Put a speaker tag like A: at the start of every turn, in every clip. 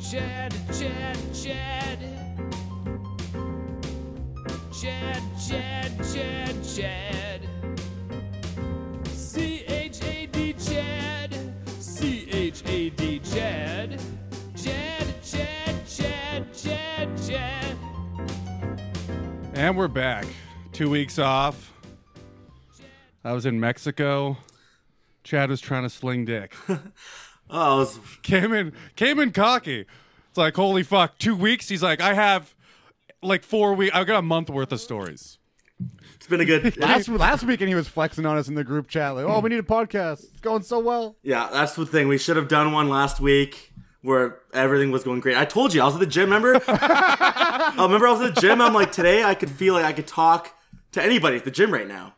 A: Chad, Chad, Chad. Chad, Chad, Chad, Chad. C H A D, Chad. C H A D, Chad. Chad, Chad, Chad, Chad, Chad.
B: And we're back. Two weeks off. I was in Mexico. Chad was trying to sling dick.
C: Oh, I was
B: Came in, came in cocky. It's like, holy fuck, two weeks? He's like, I have like four weeks. I've got a month worth of stories.
C: It's been a good.
D: Last last weekend he was flexing on us in the group chat. Like, oh, we need a podcast. It's going so well.
C: yeah, that's the thing. We should have done one last week where everything was going great. I told you I was at the gym. Remember? I remember I was at the gym. I'm like, today I could feel like I could talk to anybody at the gym right now,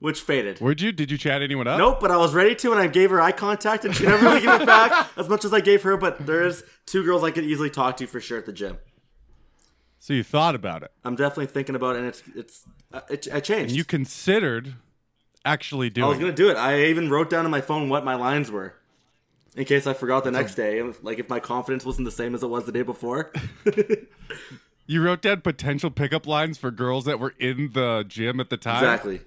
C: which faded.
B: Where'd you, did you chat anyone up?
C: Nope, but I was ready to, and I gave her eye contact, and she never really gave it back as much as I gave her. But there is two girls I could easily talk to for sure at the gym.
B: So you thought about it.
C: I'm definitely thinking about, it, and it's it's uh, it, I changed.
B: You considered actually
C: I was
B: doing
C: gonna do it. I even wrote down on my phone what my lines were, in case I forgot the next day. Like if my confidence wasn't the same as it was the day before.
B: it. You wrote down potential pickup lines for girls that were in the gym at the time.
C: exactly.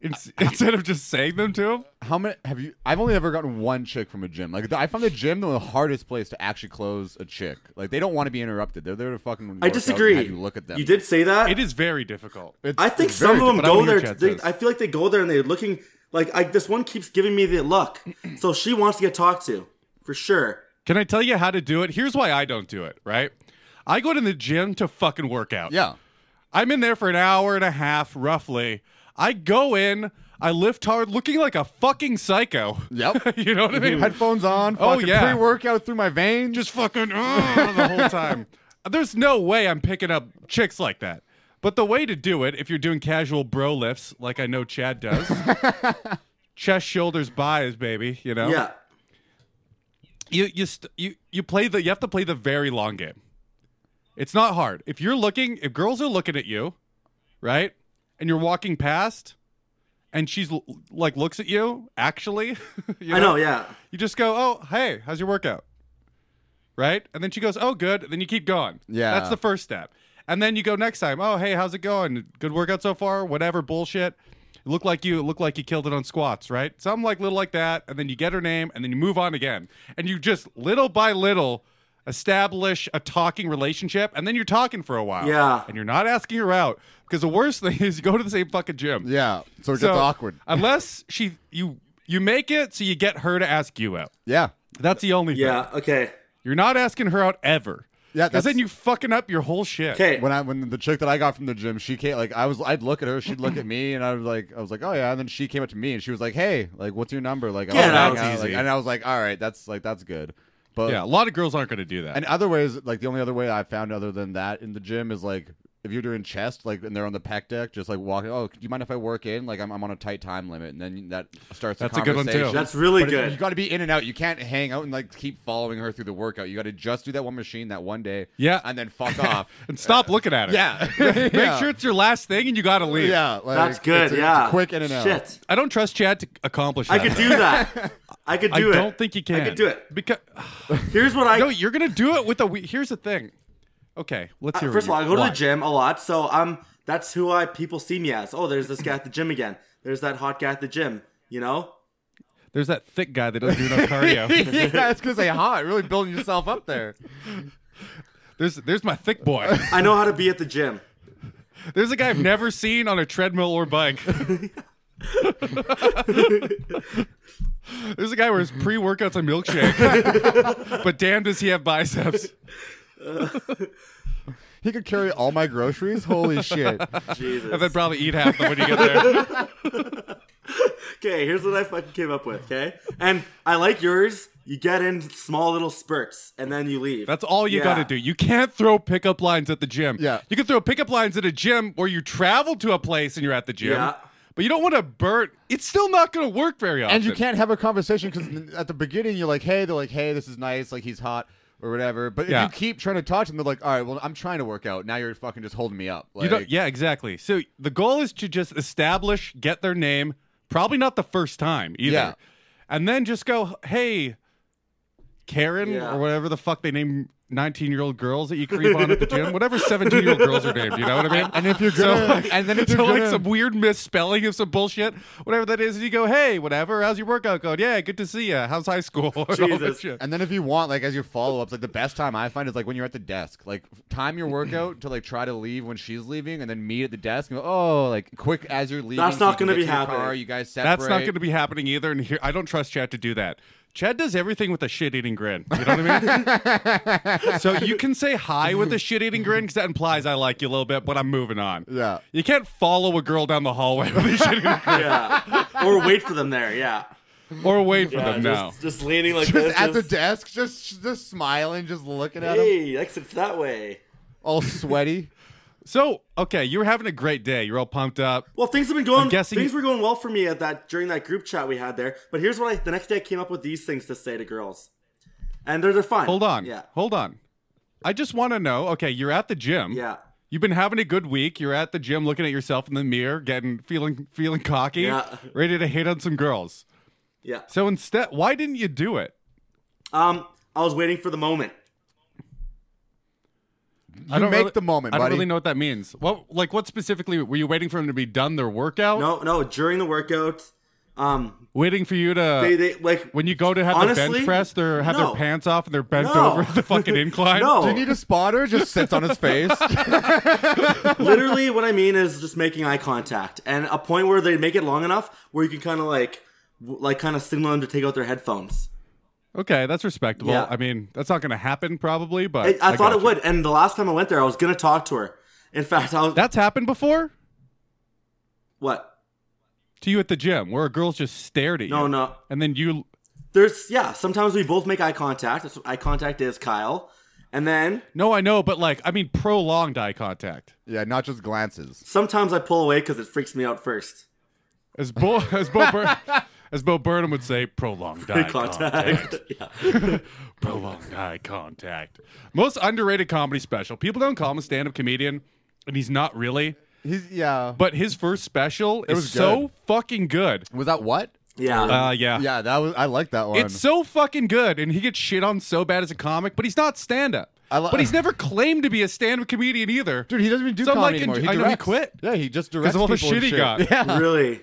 B: In- instead of just saying them to him.
D: How many have you? I've only ever gotten one chick from a gym. Like I found the gym the hardest place to actually close a chick. Like they don't want to be interrupted. They're there to fucking. work out
C: I
D: and
C: disagree.
D: Have you look at them.
C: You did say that.
B: It is very difficult.
D: It's-
C: I think
D: it's very
C: some of them
D: difficult.
C: go
D: But I know
C: there.
D: what your
C: They,
D: chat
C: I
D: says.
C: feel like they go there and they're looking like I, this one keeps giving me the look, so she wants to get talked to for sure.
B: Can I tell you how to do it? Here's why I don't do it, right? I go to the gym to fucking work out.
D: yeah.
B: I'm in there for an hour and a half, roughly. I go in, I lift hard, looking like a fucking psycho.
D: Yep.
B: you know what I mean?
D: Headphones on.
B: Oh,
D: Fucking
B: yeah.
D: Pre-workout through my veins.
B: Just fucking uh, the whole time. There's no way I'm picking up chicks like that. But the way to do it, if you're doing casual bro lifts, like I know Chad does, chest, shoulders, biceps, baby. You know,
C: Yeah.
B: you you st- you you play the you have to play the very long game. It's not hard. If you're looking, if girls are looking at you, right, and you're walking past, and she's l- like looks at you, actually, you
C: I know. Yeah.
B: You just go, oh hey, how's your workout? Right, and then she goes, oh good. And then you keep going.
D: Yeah.
B: that's the first step. And then you go next time. Oh hey, how's it going? Good workout so far. Whatever bullshit. Look like you look like you killed it on squats, right? Something like little like that, and then you get her name, and then you move on again, and you just little by little establish a talking relationship, and then you're talking for a while.
C: Yeah.
B: and you're not asking her out because the worst thing is you go to the same fucking gym.
D: yeah. So it
B: So,
D: gets awkward.
B: unless she you you make it so you get her to ask you out.
D: Yeah.
B: That's the only thing.
C: Yeah. Okay.
B: You're not asking her out ever.
D: Yeah,
B: Because
D: that's-
B: then you fucking up your whole shit.
C: Okay.
D: when I when the chick that I got from the gym, she came like I was I'd look at her, she'd look at me, and I was like I was like oh yeah, and then she came up to me and she was like hey like what's your number like I
C: Yeah,
D: wanna
C: that
D: hang
C: was
D: out,
B: easy.
D: like- and I was like all right that's like that's good, but
B: Yeah, a lot of girls aren't going to do that.
D: and other ways like the only other way I found other than that in the gym is like if you're doing chest like and they're on the pec deck just like walking oh do you mind if I work in like I'm, I'm on a tight time limit and then that starts
B: That's
D: the
B: a good one, too.
D: conversation.
C: That's really
D: But
C: good.
D: You got to be in and out. You can't hang out and like keep following her through the workout. You got to just do that one machine that one day.
B: Yeah.
D: and then fuck off.
B: And stop looking at her.
D: uh, Yeah.
B: Make sure it's your last thing and you got to leave.
D: Yeah, like,
C: That's good.
D: it's a- it's a
C: yeah.
D: quick in and out.
C: Shit.
B: I don't trust Chad to accomplish
C: I
B: that.
C: could
B: though.
C: do that. I could do
B: I
C: it.
B: don't think you can.
C: could do it.
B: Because
C: Here's what I
B: no, you're going to do it with a. We- Here's the thing. Okay, let's hear.
C: Uh, First of all,
B: what
C: I
B: you-
C: go to
B: why.
C: the gym a lot, so I'm that's who I people see me as. Oh, there's this guy at the gym again. There's that hot guy at the gym. You know,
B: There's that thick guy that doesn't do enough cardio.
D: yeah, I was gonna say hot, really building yourself up there.
B: There's there's my thick boy.
C: I know how to be at the gym.
B: There's a guy I've never seen on a treadmill or bike. There's a guy where his pre workout's a milkshake. but damn, does he have biceps.
D: He could carry all my groceries. Holy shit!
C: Jesus.
B: And then probably eat half of them when you get there.
C: Okay, here's what I fucking came up with. Okay, and I like yours. You get in small little spurts, and then you leave.
B: That's all you
C: Yeah.
B: got to do. You can't throw pickup lines at the gym.
D: Yeah.
B: You can throw pickup lines at a gym where you travel to a place and you're at the gym.
C: Yeah.
B: But you don't want to burn. It's still not going to work very often.
D: and you can't have a conversation because at the beginning you're like, hey, they're like, hey, this is nice, like he's hot or whatever. But
B: Yeah.
D: if you keep trying to talk to them, they're like, all right, well, I'm trying to work out. Now you're fucking just holding me up. Like,
B: You don't, yeah, exactly. So the goal is to just establish, get their name, probably not the first time either.
D: Yeah.
B: And then just go, hey, Karen
C: Yeah.
B: or whatever the fuck they name 19 year old girls that you creep on at the gym, whatever 17 year old girls are named, you know what I mean?
D: And if you're
B: So,
D: gonna,
B: like-
D: and then if
B: so,
D: you're
B: like
D: gonna-
B: some weird misspelling of some bullshit, whatever that is, and you go, hey, whatever, how's your workout going? Yeah, good to see you. How's high school? And all that
C: Jesus.
B: shit.
D: And then if you want, like as your follow ups, like the best time I find is like when you're at the desk. Like time your workout to like try to leave when she's leaving, and then meet at the desk and go, oh, like quick as you're leaving.
C: That's
D: so you
C: not
D: can
C: gonna
D: get
C: be
D: to your
C: happening.
D: Car, you guys separate.
B: That's not going to be happening either. And here, I don't trust Chad to do that. Chad does everything with a shit eating grin. You know what I mean? so you can say hi with a shit eating grin because that implies I like you a little bit, but I'm moving on.
D: Yeah.
B: You can't follow a girl down the hallway with a shit eating grin
C: Yeah. or wait for them there. Yeah.
B: or wait for
C: Yeah,
B: them now.
C: just, just leaning like this.
D: Just at the
C: just,
D: desk, just just smiling, just looking at him,
C: Hey, exits that way.
D: all sweaty.
B: So, okay, you were having a great day. You're all pumped up.
C: Well, things have been going.
B: guessing-
C: Things were going well for me at that during that group chat we had there. But here's what I the next day I came up with these things to say to girls, and they're they're fine.
B: Hold on.
C: Yeah.
B: Hold on. I just want to know okay, you're at the gym.
C: Yeah.
B: You've been having a good week. You're at the gym looking at yourself in the mirror, getting feeling feeling cocky,
C: Yeah.
B: ready to hit on some girls.
C: Yeah.
B: So instead, why didn't you do it?
C: Um, I was waiting for the moment.
B: I don't
D: make
B: really-
D: the moment,
B: I don't
D: buddy.
B: really know what that means. What like what specifically were you waiting for them to be done their workout?
C: No, no, during the workout, um,
B: Waiting for you to
C: they they like
B: when you go to have the
C: Honestly,
B: bench press, they're have
C: no.
B: their pants off and they're bent
C: No.
B: over at the fucking incline.
C: No.
D: Do you need a spotter? Just sits on his face.
C: literally what I mean is just making eye contact and a point where they make it long enough where you can kind of like w- like kind of signal them to take out their headphones.
B: Okay, that's respectable.
C: Yeah.
B: I mean, that's not going to happen probably, but
C: I, I, thought
B: got
C: it
B: you.
C: would, and the last time I went there, I was gonna talk to her. In fact, I was
B: That's happened before
C: what?
B: to you at the gym where a girl's just stared at you.
C: No, no.
B: And then you
C: There's yeah. Sometimes we both make eye contact. That's what eye contact is, Kyle. And then
B: No, I know, but like I mean prolonged eye contact.
D: yeah, not just glances.
C: sometimes I pull away because it freaks me out first.
B: As Bo as Bo Bur- as Bo Burnham would say, prolonged eye
C: Eye
B: contact.
C: contact. yeah.
B: prolonged eye contact. Most underrated comedy special. People don't call him a stand-up comedian, and he's not really.
D: He's yeah.
B: But his first special is
D: was
B: so
D: good.
B: fucking good.
D: was that what?
C: Yeah.
B: Uh, yeah.
D: Yeah, that was. I like that one.
B: It's so fucking good, and he gets shit on so bad as a comic, but he's not stand-up.
D: I lo-
B: but he's never claimed to be a stand-up comedian either.
D: Dude, he doesn't even do
B: So I'm
D: comedy
B: like, enj-
D: anymore. He
B: I know he
D: directs.
B: quit.
D: Yeah, he just directs
B: of all the
D: people and
B: shit he got.
D: Yeah.
C: really.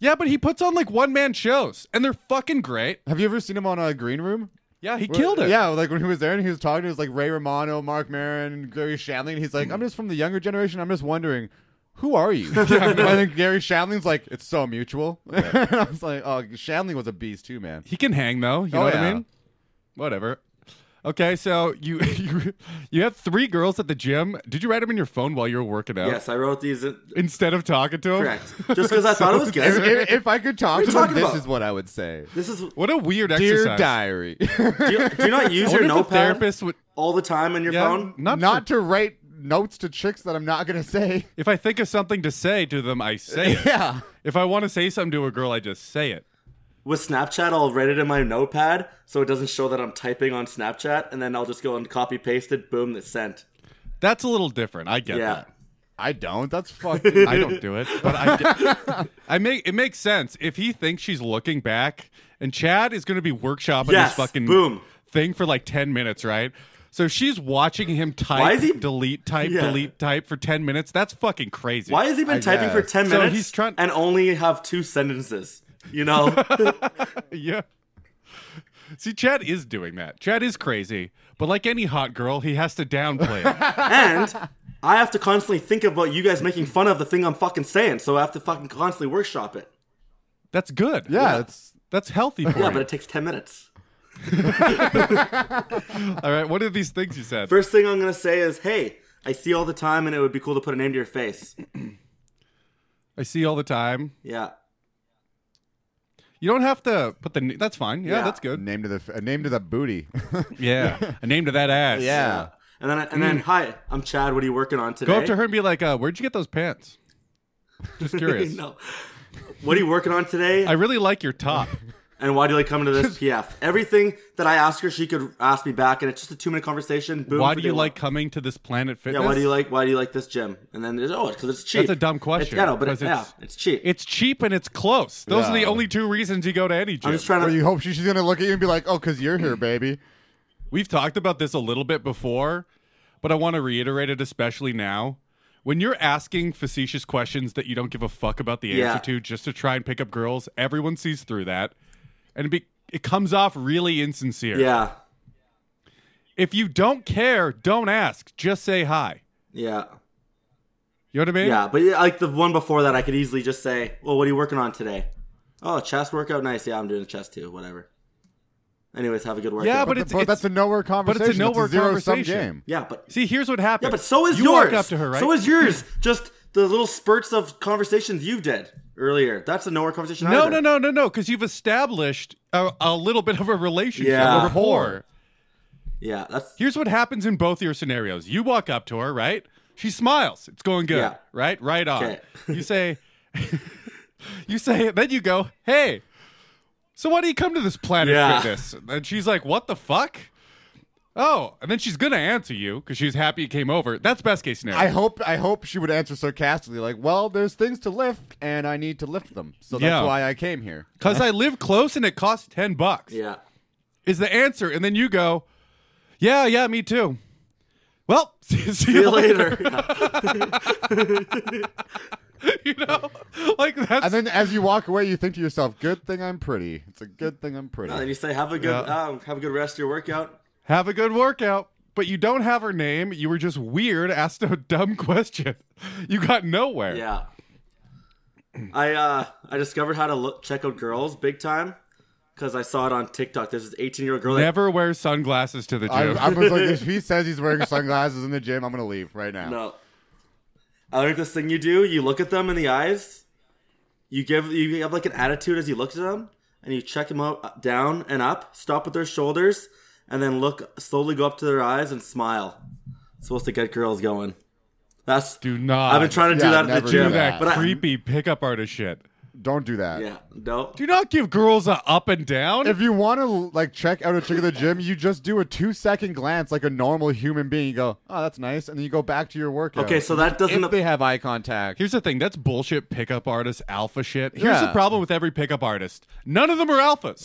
B: Yeah, but he puts on like one-man shows, and they're fucking great.
D: Have you ever seen him on a Green Room?
B: Yeah, he uh, killed it.
D: Yeah, like when he was there and he was talking to was like Ray Romano, Mark Maron, Gary Shandling, and he's like, I'm just from the younger generation. I'm just wondering, who are you? and then Gary Shandling's like, it's so mutual. and I was like, oh, Shandling was a beast too, man.
B: he can hang though. You know
D: Oh,
B: what I
D: yeah.
B: mean? Whatever. Okay, so you you you have three girls at the gym. Did you write them in your phone while you were working out?
C: Yes, I wrote these. In-
B: Instead of talking to them.
C: correct. Just because I thought it was
D: If,
C: good.
D: if- if I could talk
C: What are
D: to
C: you
D: them,
C: talking
D: this
C: about?
D: is what I would say.
C: This is.
B: What a weird
D: Dear
B: exercise.
D: diary,
C: Do you, do you not
B: I
C: use
B: wonder if
C: your
B: a
C: notepad
B: therapist would.
C: all the time on your
B: Yeah,
C: phone?
B: not,
D: not
B: for-
D: to write notes to chicks that I'm not going to say.
B: if I think of something to say to them, I say it.
D: Yeah.
B: If I want to say something to a girl, I just say it.
C: With Snapchat, I'll write it in my notepad so it doesn't show that I'm typing on Snapchat, and then I'll just go and copy paste it. Boom, it's sent.
B: That's a little different. I get
C: Yeah.
B: that.
D: I don't. That's fucking.
B: I don't do it, but I, get- I make it makes sense if he thinks she's looking back, and Chad is going to be workshopping
C: Yes,
B: this fucking
C: boom.
B: thing for like ten minutes, right? So she's watching him type,
C: Why is he-
B: delete, type,
C: Yeah.
B: delete, type for ten minutes. That's fucking crazy.
C: Why has he been
D: I
C: typing for
D: guess.
C: ten
B: So
C: minutes
B: he's trying-
C: and only have two sentences? You know,
B: Yeah. See, Chad is doing that. Chad is crazy, but like any hot girl, he has to downplay it.
C: and I have to constantly think about you guys making fun of the thing I'm fucking saying, so I have to fucking constantly workshop it.
B: That's good.
D: yeah, it's
B: That's healthy for
C: Yeah,
B: you.
C: but it takes ten minutes.
B: All right, what are these things you said?
C: First thing I'm gonna say is, hey, I see all the time, and it would be cool to put a name to your face.
B: I see all the time.
C: Yeah,
B: You don't have to put the. That's fine. Yeah,
C: Yeah.
B: that's good.
D: name to the f- name to the booty.
B: Yeah, a name to that ass.
D: yeah.
C: and then and then, hi, I'm Chad. What are you working on today?
B: Go up to her and be like, uh, "Where'd you get those pants?" Just curious.
C: no. What are you working on today?
B: I really like your top.
C: and why do I come into this PF? Everything that I ask her, she could ask me back, and it's just a two minute conversation. Boom,
B: Why
C: for
B: do
C: day
B: you
C: one.
B: like coming to this Planet Fitness?
C: Yeah, why do you like why do you like this gym? And then there's oh, because it's cheap.
B: That's a dumb
C: It-
B: question,
C: yeah, no, but it,
B: 'cause it's-
C: yeah, it's cheap.
B: It's cheap and it's close. Those are the
D: Yeah.
B: only two reasons you go to any
C: I'm
B: gym.
C: just trying
D: Or
C: to.
D: you hope she, she's gonna look at you and be like, "Oh, cause you're here, baby."
B: We've talked about this a little bit before, but I want to reiterate it, especially now. When you're asking facetious questions that you don't give a fuck about the answer
C: Yeah.
B: to just to try and pick up girls, everyone sees through that. And it, be, it comes off really insincere.
C: yeah,
B: If you don't care, don't ask. Just say hi.
C: yeah,
B: You know what I mean?
C: yeah. But yeah, like the one before that, I could easily just say, "Well, what are you working on today?" Oh, chest workout. Nice. Yeah, I'm doing chest too. Whatever. Anyways, have a good workout.
B: But it's-
D: but
B: it's-
D: that's a nowhere conversation. That's
B: nowhere
D: zero-sum
B: conversation.
D: game.
C: yeah, but
B: See, here's what happened.
C: yeah, but so is
B: you
C: yours.
B: walk up to her, right?
C: So is yours. just the little spurts of conversations you did earlier. That's a nowhere conversation.
B: No,
C: either.
B: no, no, no, no. Because you've established a, a little bit of a relationship,
C: Yeah.
B: a rapport.
C: Yeah, that's
B: Here's what happens in both your scenarios. You walk up to her, right? She smiles. It's going good,
C: Yeah.
B: right? Right on.
C: Okay.
B: you say, you say, then you go, hey, so why do you come to this Planet
C: Yeah.
B: Fitness? And she's like, what the fuck? Oh, and then she's gonna answer you because she's happy you came over. That's best case scenario.
D: I hope I hope she would answer sarcastically, like, "Well, there's things to lift, and I need to lift them, so that's
B: Yeah.
D: why I came here."
B: Cause I live close and it costs ten bucks.
C: yeah.
B: is the answer. And then you go, yeah, yeah, me too. Well, see, see
C: See
B: you
C: you
B: later.
C: later. Yeah.
B: you know, like that's
D: And then as you walk away, you think to yourself, "Good thing I'm pretty. It's a good thing I'm pretty."
C: And then you say, "Have a good, um, have a good rest of your workout."
B: have a good workout. But you don't have her name. You were just weird, asked a dumb question. You got nowhere.
C: Yeah. I uh I discovered how to look, check out girls big time because I saw it on TikTok. There's this 18 year old girl.
B: Never wear sunglasses to the
D: I,
B: gym.
D: I was like, if he says he's wearing sunglasses in the gym, I'm gonna leave right
C: That,
D: now.
C: no. I learned this thing you do. You look at them in the eyes. You give you have like an attitude as you look at them, and you check them out uh, down and up. Stop at their shoulders, and then look slowly go up to their eyes and smile. It's supposed to get girls going. That's
B: do not
C: I've been trying to do
D: Yeah,
C: that at
D: never
C: the
D: do
B: do
C: gym.
B: that
C: but I-
B: creepy pickup artist shit.
D: Don't do that.
C: yeah, no.
B: Do not give girls a up and down.
D: If you want to like check out a chick at the gym, you just do a two second glance like a normal human being. You go, "Oh, that's nice," and then you go back to your workout.
C: Okay, so that doesn't
D: if they have eye contact,
B: Here's the thing. That's bullshit pickup artist alpha shit. Here's the
D: Yeah.
B: problem with every pickup artist. None of them are alphas.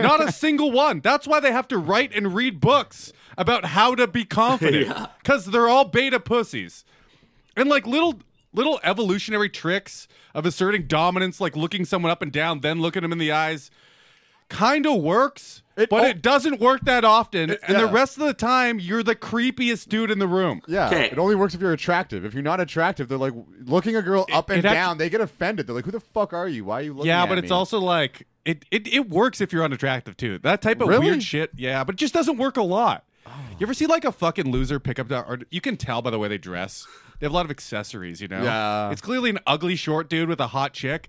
B: Not a single one. That's why they have to write and read books about how to be confident
C: Yeah.
B: cuz they're all beta pussies. And like little little evolutionary tricks of asserting dominance like looking someone up and down then looking them in the eyes kind of works.
D: It
B: but
D: al-
B: it doesn't work that often, and the
D: yeah.
B: rest of the time you're the creepiest dude in the room.
D: Yeah,
C: Okay.
D: it only works if you're attractive. If you're not attractive, they're like looking a girl up and
B: it actu-
D: down. they get offended. They're like, "Who the fuck are you? Why are you looking?"
B: Yeah,
D: at
B: but it's
D: me?"
B: also like it, it it works if you're unattractive too. That type of
D: Really? Oh.
B: weird shit. Yeah, but it just doesn't work a lot. You ever see like a fucking loser pickup dog? Or you can tell by the way they dress. They have a lot of accessories, you know.
D: Yeah.
B: it's clearly an ugly short dude with a hot chick.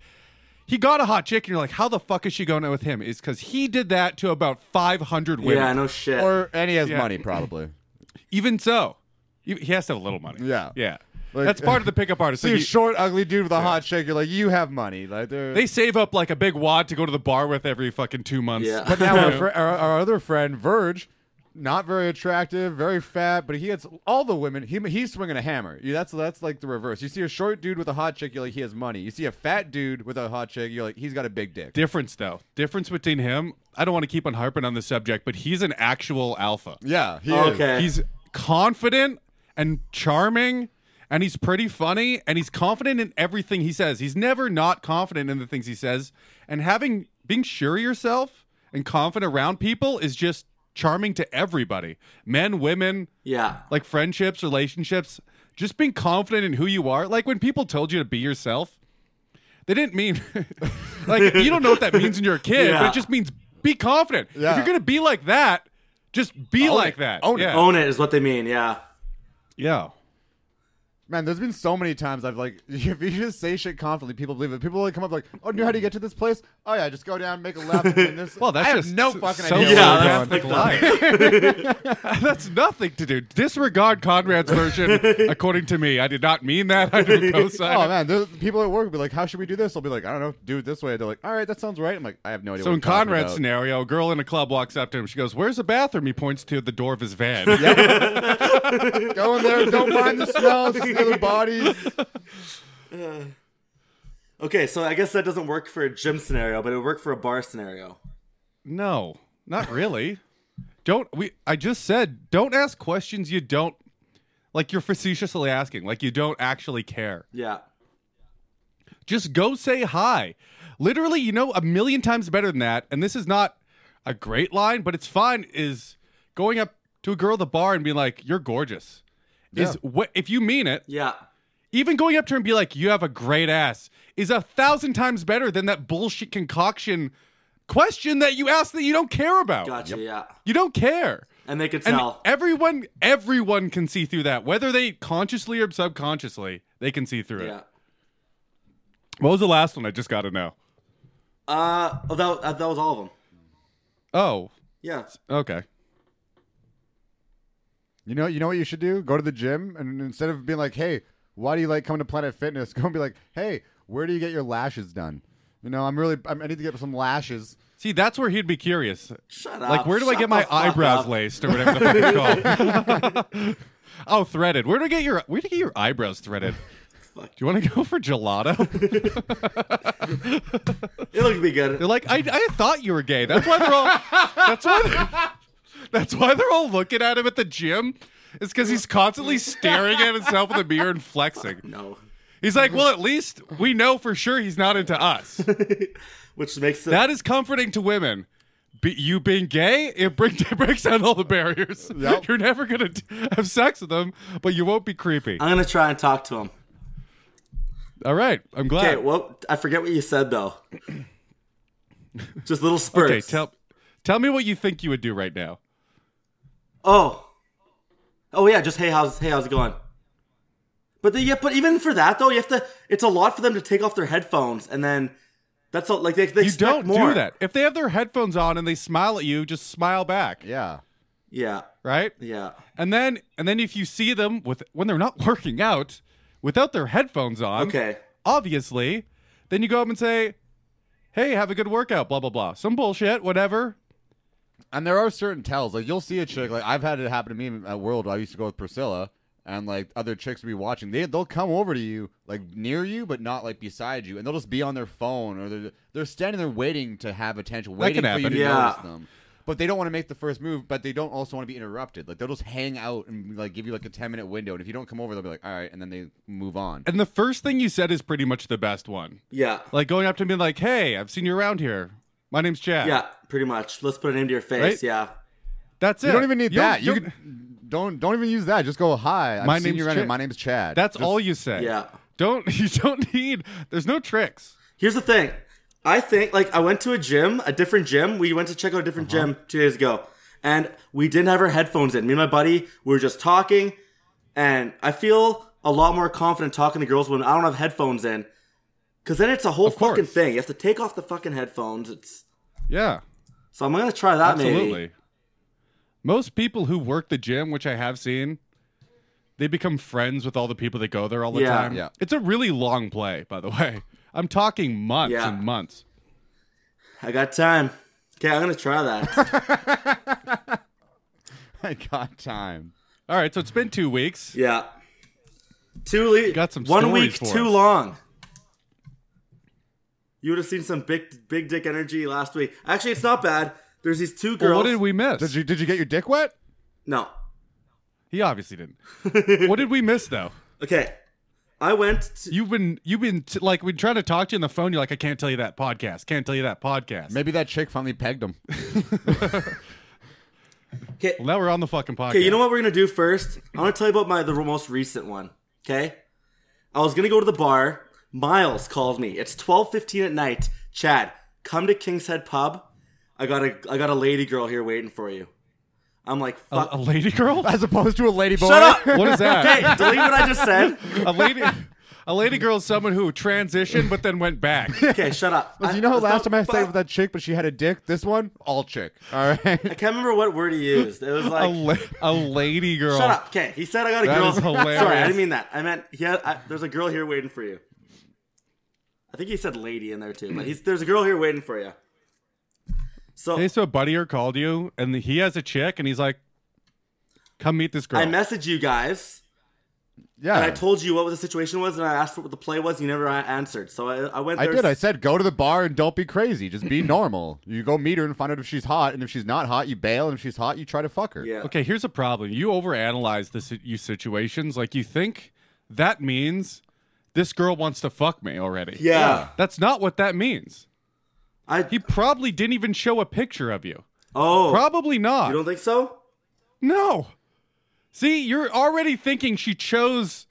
B: He got a hot chick, and you're like, how the fuck is she going out with him? Is because he did that to about 500 women.
C: Yeah, no shit.
D: or and he has
B: Yeah.
D: money probably.
B: Even so, he he has to have a little money.
D: Yeah.
B: yeah.
D: Like-
B: That's part of the pickup artist.
D: So
B: Like,
D: you
B: you-
D: short, ugly dude with a hot chick. You're like, you have money. Like they're.
B: they save up like a big wad to go to the bar with every fucking two months.
C: Yeah.
D: but now our, fr- our, our other friend Verge, not very attractive, very fat, but he gets all the women. He he's swinging a hammer. You- That's that's like the reverse. You see a short dude with a hot chick, you're like, he has money. You see a fat dude with a hot chick, you're like, he's got a big dick.
B: Difference though, difference between him. I don't want to keep on harping on the subject, but he's an actual alpha.
D: Yeah, he is.
C: Okay.
B: He's confident and charming, and he's pretty funny, and he's confident in everything he says. He's never not confident in the things he says. And having being sure of yourself and confident around people is just charming to everybody, men, women,
C: yeah.
B: like friendships, relationships, just being confident in who you are. Like when people told you to be yourself, they didn't mean like you don't know what that means when you're a kid, but
C: Yeah.
B: it just means be confident.
D: Yeah.
B: If you're gonna be like that, just be like
D: it.
B: that.
D: Own it.
B: yeah.
C: Own it is what they mean. Yeah.
B: yeah.
D: Man, there's been so many times I've like, if you just say shit confidently, people believe it. People like come up like, "Oh, dude, how do you get to this place? Oh yeah, just go down, make a left." And this.
B: Well, that's
D: I
B: just
D: have no
B: s-
D: fucking
B: so-
D: idea.
B: Yeah,
D: where we're
B: that's
D: going.
B: like That's nothing to do. Disregard Conrad's version, according to me. I did not mean that. I didn't co-sign.
D: Oh
B: it.
D: man, there's people at work will be like, "How should we do this?" I'll be like, "I don't know, do it this way." They're like, "All right, that sounds right." I'm like, "I have no idea."
B: So
D: what
B: in
D: you're talking
B: Conrad's
D: about."
B: scenario, a girl in a club walks up to him. She goes, "Where's the bathroom?" He points to the door of his van.
D: go in there, don't mind the smells, it's the other bodies.
C: Okay, so I guess that doesn't work for a gym scenario, but it would work for a bar scenario.
B: no, not really. Don't we? I just said don't ask questions you don't like. You're facetiously asking, like you don't actually care.
C: Yeah.
B: Just go say hi. Literally, you know, a million times better than that. And this is not a great line, but it's fine. Is going up to a girl at the bar and being like, "You're gorgeous." Is what if you mean it?
C: Yeah.
B: Even going up to her and be like, "You have a great ass," is a thousand times better than that bullshit concoction question that you ask that you don't care about.
C: Gotcha, yeah.
B: You don't care.
C: And they could
B: And
C: tell.
B: everyone, everyone can see through that, whether they consciously or subconsciously, they can see through
C: yeah.
B: it. What was the last one? I just got to know.
C: Uh, oh, that, uh, that was all of them.
B: Oh,
C: Yeah.
B: okay.
D: You know, you know what you should do? Go to the gym and instead of being like, "Hey, why do you like coming to Planet Fitness?" Go and be like, "Hey, where do you get your lashes done?" You know, I'm really, I'm, I need to get some lashes.
B: See, that's where he'd be curious.
C: Shut up.
B: Like, where do I
C: Oh, Shut
B: get my
C: the fuck
B: eyebrows
C: up.
B: laced or whatever the fuck it's called? oh, threaded. Where do I get your Where do you get your eyebrows threaded? Do
C: Fuck.
B: you want to go for gelato?
C: It'll be good.
B: They're like, I, I thought you were gay. That's why they're all. That's why. They're, that's why they're all looking at him at the gym. It's because he's constantly staring at himself in the mirror and flexing.
C: No.
B: He's like, well, at least we know for sure he's not into us.
C: Which makes it.
B: That is comforting to women. Be, you being gay, it, bring, it breaks down all the barriers.
D: Yep.
B: You're never gonna t- have sex with them, but you won't be creepy.
C: I'm gonna try and talk to him.
B: all right, I'm glad.
C: Okay, well, I forget what you said though. Just little spurts.
B: Okay, tell tell me what you think you would do right now.
C: Oh. Oh yeah, just hey, how's hey, how's it going? But they, yeah, but even for that though, you have to. It's a lot for them to take off their headphones and then. That's all. Like they, they
B: You
C: expect
B: don't
C: more.
B: do that. If they have their headphones on and they smile at you, just smile back,
D: Yeah,
C: Yeah,
B: right?
C: yeah,
B: And then and then if you see them with when they're not working out without their headphones on,
C: Okay.
B: obviously, then you go up and say, "Hey, have a good workout." Blah blah blah. Some bullshit, whatever.
D: and there are certain tells. Like you'll see a chick. Like I've had it happen to me at World. I used to go with Priscilla, and like other chicks would be watching. They they'll come over to you like near you, but not like beside you, and they'll just be on their phone or they're they're standing there waiting to have attention, waiting for you
B: happen.
D: to
C: Yeah.
D: notice them. But they don't want to make the first move, but they don't also want to be interrupted. Like they'll just hang out and like give you like a ten minute window, and if you don't come over, they'll be like, all right, and then they move on.
B: And the first thing you said is pretty much the best one.
C: yeah,
B: Like going up to him and being like, hey, I've seen you around here. My name's Chad.
C: yeah. Pretty much. Let's put a name to your face.
B: Right?
C: Yeah.
B: That's it.
D: You don't even need
B: You
D: that. You
B: don't-
D: could, don't don't even use that. Just go hi. I've
B: My
D: seen
B: name's
D: you around here.
B: Chad."
D: My name's Chad.
B: that's
D: Just-
B: all you say.
C: Yeah.
B: Don't you don't need there's no tricks.
C: Here's the thing. I think like I went to a gym, a different gym. We went to check out a different
B: Uh-huh.
C: gym two days ago, and we didn't have our headphones in. Me and my buddy we were just talking, and I feel a lot more confident talking to girls when I don't have headphones in. Cause then it's a whole
B: Of course.
C: fucking thing. You have to take off the fucking headphones. It's
B: Yeah.
C: so I'm gonna try that
B: Absolutely.
C: maybe.
B: Most people who work the gym, which I have seen, they become friends with all the people that go there all the
C: Yeah.
B: time.
D: Yeah.
B: It's a really long play, by the way. I'm talking months
C: Yeah.
B: and months.
C: I got time. Okay, I'm gonna try that.
D: I got time.
B: All right, so it's been two weeks.
C: yeah. Two le-
B: Got some
C: one
B: stories
C: week
B: for
C: too
B: us.
C: long. You would have seen some big big dick energy last week. Actually, it's not bad. There's these two
B: Well,
C: girls.
B: what did we miss?
D: Did you did you get your dick wet?
C: No.
B: He obviously didn't. what did we miss though?
C: Okay. I went. To-
B: You've been you've been t- like we try to talk to you on the phone. You're like, I can't tell you that podcast. Can't tell you that podcast.
D: Maybe that chick finally pegged him.
C: okay.
B: Well, now we're on the fucking podcast.
C: Okay, you know what we're gonna do first? I'm gonna tell you about my the most recent one. Okay, I was gonna go to the bar. Miles called me. It's 12:15 at night. Chad, come to King's Head Pub. I got a I got a lady girl here waiting for you. I'm like,
B: A,
C: fuck.
B: a lady girl?
D: as opposed to a lady boy.
C: Shut up!
B: What is that?
C: Okay, delete what I just said.
B: A lady. A lady girl is someone who transitioned but then went back.
C: Okay, shut up.
D: Listen, you know how last time I stayed with
C: that.
D: that chick, but she had a dick. This one, all chick. All
C: I
D: right.
C: can't remember what word he used. It was
B: A,
C: like,
B: la- a lady girl.
C: shut up. Okay, he said I got a
B: That
C: girl.
B: is hilarious.
C: Sorry, I didn't mean that. I meant he had, I, there's a girl here waiting for you. I think he said lady in there too, but he's there's a girl here waiting for you. So
B: Hey, so a buddy or called you, and he has a chick, and he's like, "Come meet this girl."
C: I messaged you guys and I
D: Yeah.
C: told you what the situation was and I asked what the play was. You never a- answered, so I, I went.
D: I
C: There
D: did. I said, go to the bar and don't be crazy. Just be normal. You go meet her and find out if she's hot, and if she's not hot, you bail, and if she's hot, you try to fuck her.
C: yeah.
B: Okay, here's a problem. You overanalyze this you situations. Like you think that means this girl wants to fuck me already.
C: Yeah.
B: That's not what that means.
C: I
B: He probably didn't even show a picture of you.
C: oh
B: Probably not.
C: you don't think so?
B: no. See, you're already thinking she chose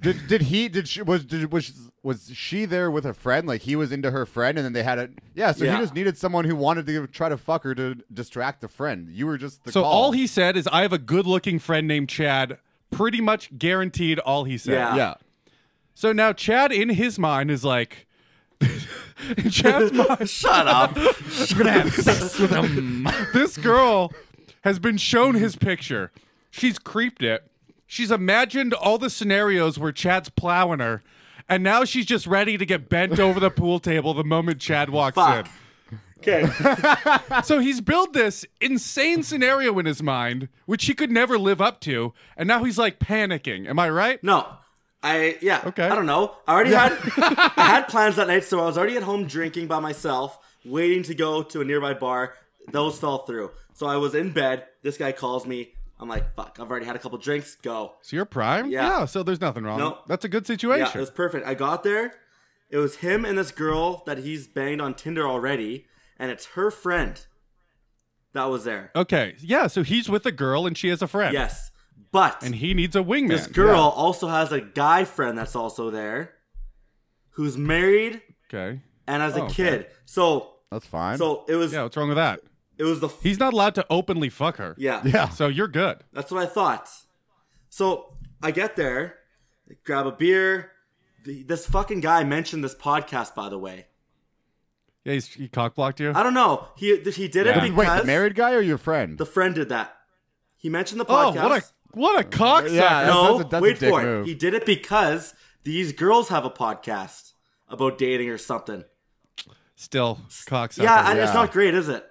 D: Did, did he? Did she? Was did, was was she there with a friend? Like he was into her friend, and then they had a yeah. So
C: Yeah.
D: he just needed someone who wanted to try to fuck her to distract the friend. You were just the
B: So
D: call.
B: all he said is I have a good-looking friend named Chad. Pretty much guaranteed all he said.
C: Yeah.
D: yeah.
B: So now Chad in his mind is like in Chad's mind
C: Shut up.
B: this girl has been shown his picture. She's creeped it. She's imagined all the scenarios where Chad's plowing her, and now she's just ready to get bent over the pool table the moment Chad walks
C: Fuck. Okay.
B: in. So he's built this insane scenario in his mind, which he could never live up to, and now he's like panicking. Am I right?
C: No. I yeah.
B: Okay.
C: I don't know. I already had I had plans that night, so I was already at home drinking by myself, waiting to go to a nearby bar. Those fell through. So I was in bed. This guy calls me. I'm like, fuck, I've already had a couple drinks. Go.
B: So you're prime?
C: Yeah.
B: so there's nothing wrong.
C: No.
B: That's a good
C: Yeah, it
B: situation.
C: was perfect. I got there. It was him and this girl that he's banged on Tinder already, and it's her friend that was there.
B: okay. Yeah, so he's with a girl and she has a friend.
C: Yes. But
B: And he needs a wingman.
C: this girl also has a guy friend that's also there who's married
B: Okay.
C: and as
B: Oh,
C: a
B: okay.
C: kid. So
D: That's fine.
C: so it was
B: Yeah, what's wrong with that?
C: it was the f-
B: He's not allowed to openly fuck her.
C: yeah,
D: yeah.
B: So you're good.
C: That's what I thought. So I get there, grab a beer. The, this fucking guy mentioned this podcast, by the way.
B: Yeah, he's, he cockblocked you.
C: I don't know. He he did
B: Yeah.
C: it
D: Wait,
C: because
D: the married guy or your friend?
C: the friend did that. He mentioned the
B: Oh,
C: podcast.
B: what a what a cocksucker! no.
D: Yeah, no.
C: no,
D: that's a- that's a
C: wait
D: dick
C: for
D: move.
C: it. He did it because these girls have a podcast about dating or something.
B: Still cocksucker.
C: yeah, and it's
D: yeah.
C: not great, is it?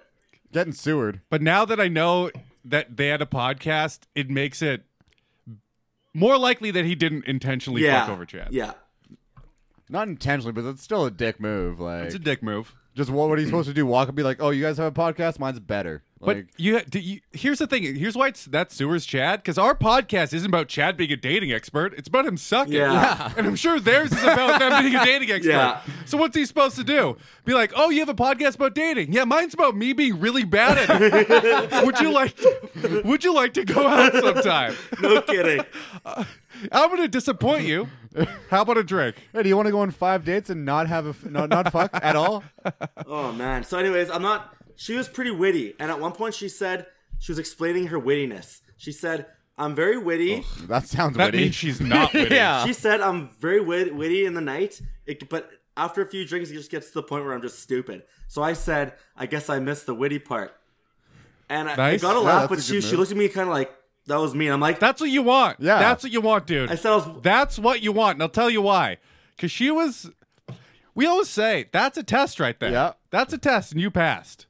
D: Getting sewered.
B: but now that I know that they had a podcast, it makes it more likely that he didn't intentionally
C: Yeah.
B: fuck over Chad.
C: Yeah.
D: Not intentionally, but it's still a dick move. Like,
B: it's a dick move.
D: just what, what are you supposed to do? Walk and be like, "Oh, you guys have a podcast. Mine's better."
B: But
D: Like,
B: you, do you, here's the thing. Here's why it's that sewers Chad because our podcast isn't about Chad being a dating expert. It's about him sucking.
C: Yeah. Yeah.
B: And I'm sure theirs is about them being a dating expert.
C: Yeah.
B: So what's he supposed to do? Be like, oh, you have a podcast about dating? Yeah, mine's about me being really bad at it. would you like? Would you like to go out sometime?
C: No kidding.
B: I'm gonna disappoint you. How about a drink?
D: hey, do you want to go on five dates and not have a f- not, not fuck at all?
C: Oh man. So, anyways, I'm not. She was pretty witty, and at one point she said she was explaining her wittiness. She said, "I'm very witty."
D: That sounds
B: That
D: witty.
B: means she's not. Witty.
D: yeah.
C: She said, "I'm very wit- witty in the night," it, but after a few drinks, it just gets to the point where I'm just stupid. So I said, "I guess I missed the witty part," and I,
B: Nice.
C: I got a
B: Yeah,
C: laugh.
D: that's
C: But
D: a
C: she
D: good
C: she
D: move.
C: looked at me kind of like that was me. And I'm like,
B: That's what you want.
D: Yeah.
B: That's what you want, dude.
C: I said, I was,
B: That's what you want. And I'll tell you why. Because she was. We always say that's a test right there.
D: Yeah.
B: That's a test, and you passed.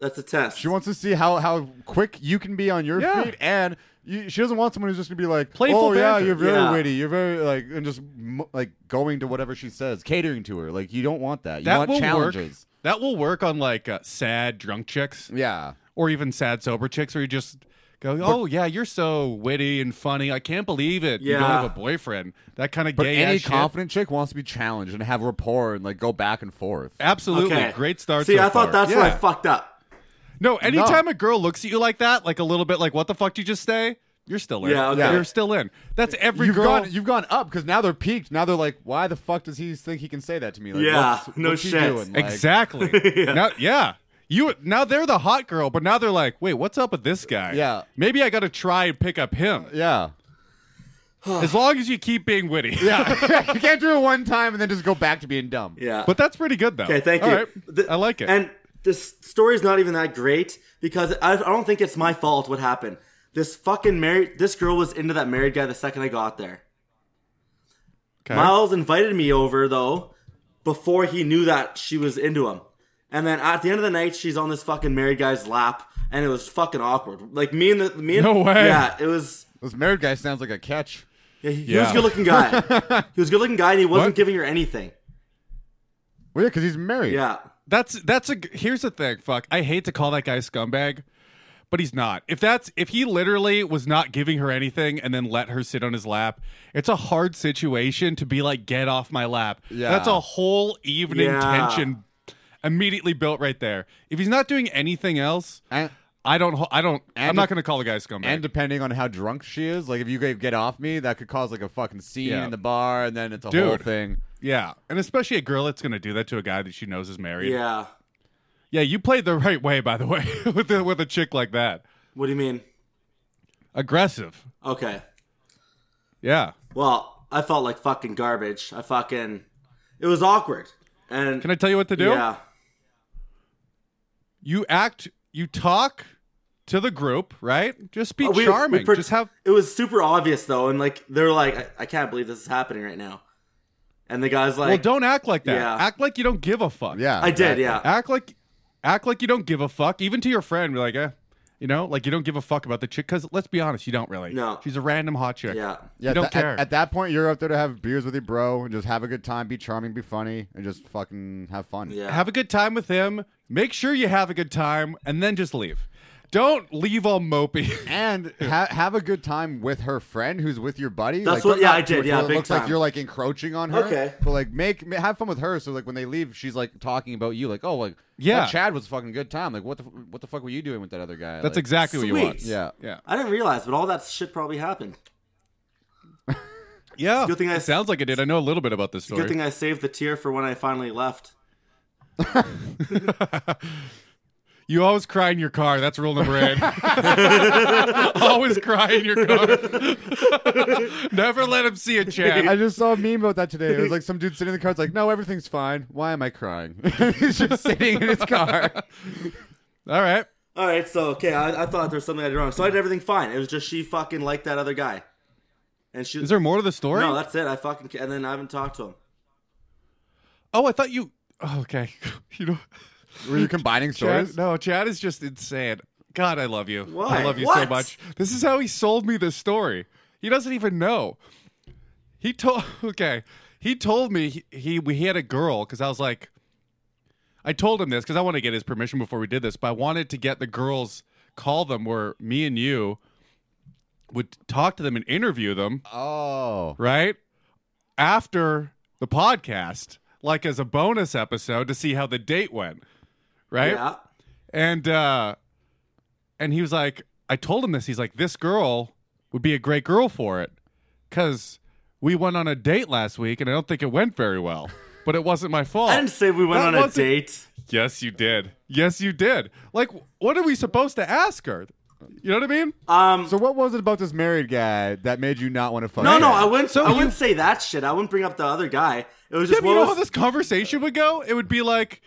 C: "That's a test."
D: She wants to see how how quick you can be on your
B: Yeah.
D: feet, and you, she doesn't want someone who's just gonna be like,
B: Playful
D: "Oh yeah,
B: banter."
D: you're very
C: Yeah.
D: witty. You're very like," and just m- like going to whatever she says, catering to her. Like, you don't want that. You
B: That
D: want
B: will
D: challenges.
B: work. That will work on like uh, sad drunk chicks,
D: Yeah.
B: or even sad sober chicks, where you just go, "Oh yeah, you're so witty and funny. I can't believe it. You don't
C: Yeah.
B: have a boyfriend. That kind of
D: But
B: gay
D: any
B: ass shit.
D: confident chick wants to be challenged and have rapport and like go back and forth.
B: Absolutely
C: Okay.
B: great start.
C: See,
B: so
C: I thought
B: far.
C: that's where I
B: Yeah.
C: fucked up.
B: No, anytime a girl looks at you like that, like a little bit like, what the fuck did you just say? You're still in.
C: Yeah, okay.
B: You're still in. That's every
D: You've
B: girl.
D: gone, you've gone up because now they're peaked. Now they're like, why the fuck does he think he can say that to me? Like,
C: Yeah,
D: what's,
C: no
D: what's he
C: shit.
D: doing? Like,
B: exactly. Now- yeah. You now they're the hot girl, but now they're like, wait, what's up with this guy?
D: Yeah.
B: maybe I got to try and pick up him.
D: Yeah.
B: As long as you keep being witty.
D: Yeah. you can't do it one time and then just go back to being dumb.
C: Yeah.
B: But that's pretty good though.
C: Okay, thank
B: All
C: you.
B: right.
C: The-
B: I like it.
C: And this story's not even that great because I, I don't think it's my fault what happened. This fucking married, this girl was into that married guy the second I got there.
B: Okay.
C: Miles invited me over though before he knew that she was into him. And then at the end of the night, she's on this fucking married guy's lap, and it was fucking awkward. Like me and the me and
B: No way.
C: yeah, it was.
D: This married guy sounds like a catch.
C: Yeah, he, he was
B: Yeah.
C: a good looking guy. he was a good looking guy, and he wasn't
B: What?
C: giving her anything.
D: Well, yeah, because he's married.
C: Yeah,
B: That's that's a g- here's the thing. Fuck, I hate to call that guy a scumbag, but he's not. If that's if he literally was not giving her anything and then let her sit on his lap, it's a hard situation to be like, get off my lap.
D: Yeah.
B: that's a whole evening
C: Yeah.
B: tension immediately built right there. If he's not doing anything else,
D: And,
B: I don't. ho- I don't. I'm
D: And-
B: not going to call the guy a scumbag.
D: and depending on how drunk she is, like if you get get off me, that could cause like a fucking scene
B: Yeah.
D: in the bar, and then it's a
B: Dude.
D: whole thing.
B: yeah, and especially a girl that's going to do that to a guy that she knows is married.
C: yeah.
B: Yeah, you played the right way, by the way, with the, with a chick like that.
C: What do you mean?
B: Aggressive.
C: Okay.
B: Yeah.
C: Well, I felt like fucking garbage. I fucking. It was awkward. And
B: Can I tell you what to do?
C: Yeah.
B: You act. You talk to the group, right? Just be
C: Uh, we- we
B: charming.
C: per-
B: Just have.
C: It was super obvious though, and like they're like, I, I can't believe this is happening right now. And the guy's like,
B: well, don't act like that.
C: Yeah.
B: Act like you don't give a fuck.
D: Yeah.
C: I did,
D: exactly.
C: yeah.
B: Act like, act like you don't give a fuck. Even to your friend, be like, eh, you know, like you don't give a fuck about the chick. Because let's be honest, you don't really.
C: No.
B: She's a random hot chick.
C: Yeah.
D: Yeah,
B: You don't
D: at that-
B: care.
D: At, at that point, you're up there to have beers with your bro and just have a good time, be charming, be funny, and just fucking have fun.
C: Yeah.
B: have a good time with him. Make sure you have a good time, and then just leave. Don't leave all mopey.
D: And ha- have a good time with her friend who's with your buddy.
C: That's
D: Like,
C: what-
D: don't-
C: yeah,
D: not
C: I
D: too
C: did,
D: much
C: yeah,
D: where it
C: big
D: looks like
C: time.
D: you're like encroaching on her.
C: Okay.
D: But like, make ma- have fun with her. So like, when they leave, she's like talking about you. Like, oh, like
B: Yeah.
D: that Chad was a fucking good time. Like, what the f- what the fuck were you doing with that other guy?
B: That's
D: like,
B: exactly what you want.
C: Sweet.
D: yeah.
B: Yeah.
C: I didn't realize, but all that shit probably happened.
B: Yeah.
C: Good thing I-
B: it sounds like it did. I know a little bit about this story.
C: Good thing I saved the tear for when I finally left.
B: You always cry in your car. That's rule number eight. always cry in your car. Never let him see a
D: I
B: Chad.
D: just saw a meme about that today. It was like some dude sitting in the car. It's like, no, everything's fine. Why am I crying? He's just sitting in his car.
B: All right.
C: All right, so okay, I, I thought there was something I did wrong. So I did everything fine. It was just she fucking liked that other guy, and she.
B: Is there more to the story?
C: no, that's it. I fucking and then I haven't talked to him.
B: oh, I thought you. Oh, okay. You know,
D: Were you combining stories?
B: Chad, no, Chad is just insane. God, I love you.
C: Why?
B: I love you so
C: What?
B: much. This is how he sold me this story. He doesn't even know. He told. Okay. He told me he he, he had a girl because I was like, I told him this because I want to get his permission before we did this, but I wanted to get the girls call them where me and you would talk to them and interview them,
D: Oh.
B: right? After the podcast, like as a bonus episode to see how the date went. Right?
C: Yeah.
B: And uh and he was like, I told him this. He's like, this girl would be a great girl for it. Cause we went on a date last week and I don't think it went very well. But it wasn't my fault.
C: I didn't say we went
B: That
C: on a
B: wasn't-
C: date.
B: Yes, you did. Yes, you did. Like, what are we supposed to ask her? You know what I mean?
C: Um,
D: So what was it about this married guy that made you not want to fuck?
C: No,
D: him?
C: no, I wouldn't.
B: So
C: I
B: you-
C: wouldn't say that shit. I wouldn't bring up the other guy. It was
B: Yeah,
C: just
B: but you know
C: what
B: how
C: was.
B: this conversation would go? It would be like,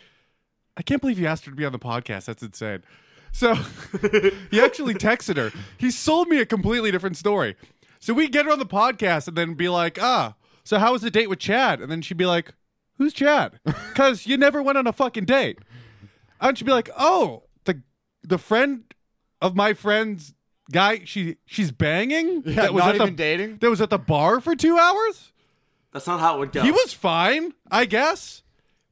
B: I can't believe you asked her to be on the podcast. That's insane. So he actually texted her. He sold me a completely different story. So we get her on the podcast and then be like, ah, so how was the date with Chad? And then she'd be like, who's Chad? Because you never went on a fucking date. And she'd be like, oh, the the friend of my friend's guy, she she's banging.
D: Yeah, not
B: the,
D: even dating?
B: That was at the bar for two hours.
C: That's not how it would go.
B: He was fine, I guess.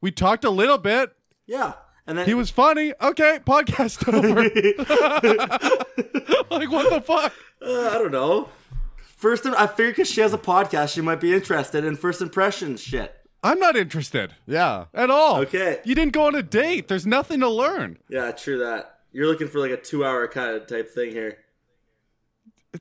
B: We talked a little bit.
C: Yeah, and then
B: He was funny. Okay, podcast over. like what the fuck?
C: Uh, I don't know. First, I figured because she has a podcast, she might be interested in first impressions shit.
B: I'm not interested
D: Yeah.
B: at all.
C: Okay.
B: You didn't go on a date. There's nothing to learn.
C: Yeah, true that. You're looking for like a two-hour kind of type thing here.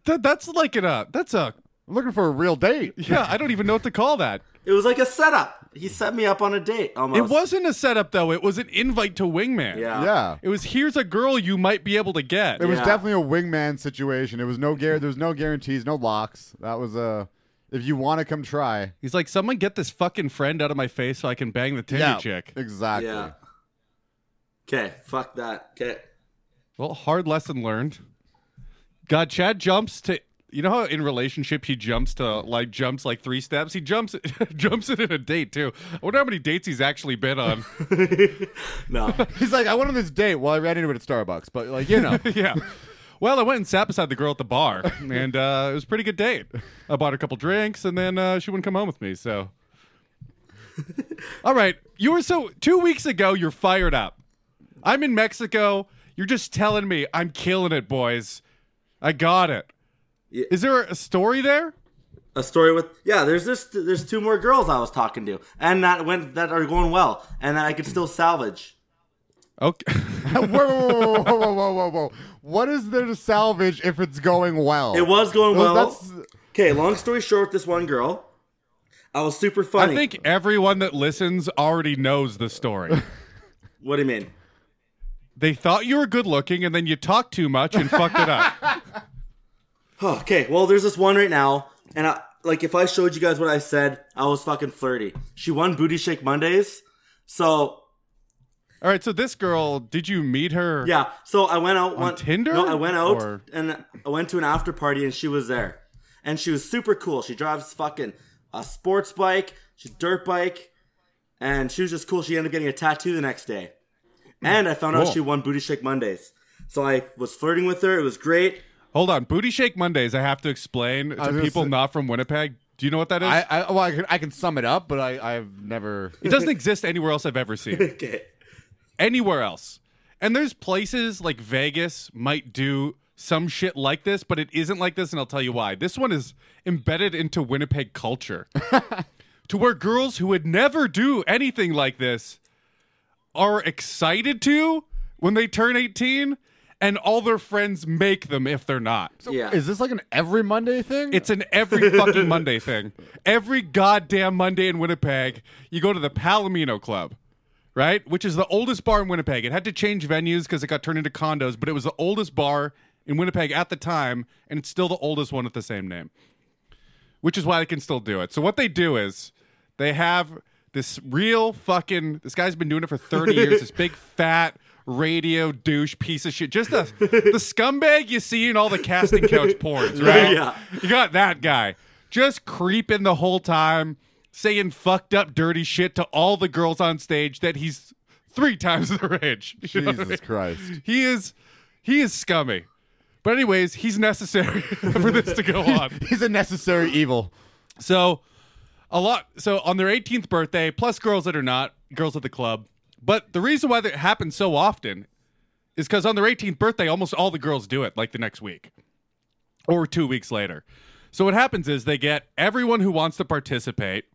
B: That, that's like an uh that's a
D: I'm looking for a real date.
B: yeah, I don't even know what to call that.
C: It was like a setup. He set me up on a date almost.
B: It wasn't a setup though. It was an invite to Wingman.
C: Yeah.
D: yeah.
B: It was here's a girl you might be able to get.
D: It was
C: Yeah.
D: definitely a wingman situation. It was no guar- there was no guarantees, no locks. That was a if you want to come try.
B: He's like, someone get this fucking friend out of my face so I can bang the Tinder chick.
D: Exactly.
C: Yeah. Okay. Fuck that. Okay.
B: Well, hard lesson learned. God, Chad jumps to you know how in relationship he jumps to like jumps like three steps. He jumps jumps it in a date too. I wonder how many dates he's actually been on.
C: no.
D: He's like, I went on this date. Well, I ran into it at Starbucks, but like you know,
B: yeah. Well, I went and sat beside the girl at the bar, and uh, it was a pretty good date. I bought her a couple drinks, and then uh, she wouldn't come home with me. So, all right, you were so two weeks ago. You're fired up. I'm in Mexico. You're just telling me I'm killing it, boys. I got it. Is
C: Yeah.
B: there a story there?
C: a story with yeah there's this there's two more girls i was talking to and that went that are going well and that i could still salvage
B: Okay.
D: whoa, whoa, whoa, whoa, whoa, whoa, whoa, whoa. What is there to salvage if it's going well?
C: it was going
D: Well,
C: well
D: that's-
C: okay long story short this one girl i was super
B: I
C: funny
B: think everyone that listens already knows the story.
C: what do you mean
B: They thought you were good looking, and then you talked too much and fucked it up.
C: Oh, okay well there's this one right now and i like if i showed you guys what i said i was fucking flirty she won booty shake mondays so
B: All right, so this girl, did you meet her?
C: yeah so i went out on
B: Tinder?
C: no i went out
B: Or-
C: and i went to an after party and she was there and she was super cool she drives fucking a sports bike she dirt bike and she was just cool she ended up getting a tattoo the next day and i found
B: Hmm. Cool.
C: out she won booty shake mondays so i was flirting with her it was great
B: Hold on, Booty Shake Mondays. I have to explain
D: was
B: to
D: gonna
B: people
D: say-
B: not from Winnipeg. Do you know what that is?
D: I, I well, I can, I can sum it up, but I I've never.
B: it doesn't exist anywhere else I've ever seen. it.
C: okay
B: anywhere else, and there's places like Vegas might do some shit like this, but it isn't like this, and I'll tell you why. This one is embedded into Winnipeg culture, to where girls who would never do anything like this are excited to when they turn 18, and all their friends make them if they're not.
C: yeah
D: Is this like an every Monday thing?
B: It's an every fucking Monday thing. Every goddamn Monday in Winnipeg, you go to the Palomino Club, right? Which is the oldest bar in Winnipeg. It had to change venues because it got turned into condos, but it was the oldest bar in Winnipeg at the time, and it's still the oldest one with the same name, which is why they can still do it. So, what they do is they have this real fucking, this guy's been doing it for 30 years, this big fat, Radio douche piece of shit, just the the scumbag you see in all the casting couch porns, right?
C: Yeah.
B: You got that guy just creeping the whole time, saying fucked up, dirty shit to all the girls on stage that he's three times their age. You know what I
D: Jesus
B: mean?
D: Christ.
B: He is, he is scummy. But anyways, he's necessary for this to go on.
D: He's a necessary evil.
B: So a lot. So on their 18th birthday, plus girls that are not girls at the club. But the reason why that happens so often is because on their 18th birthday, almost all the girls do it, like the next week or two weeks later. So what happens is they get everyone who wants to participate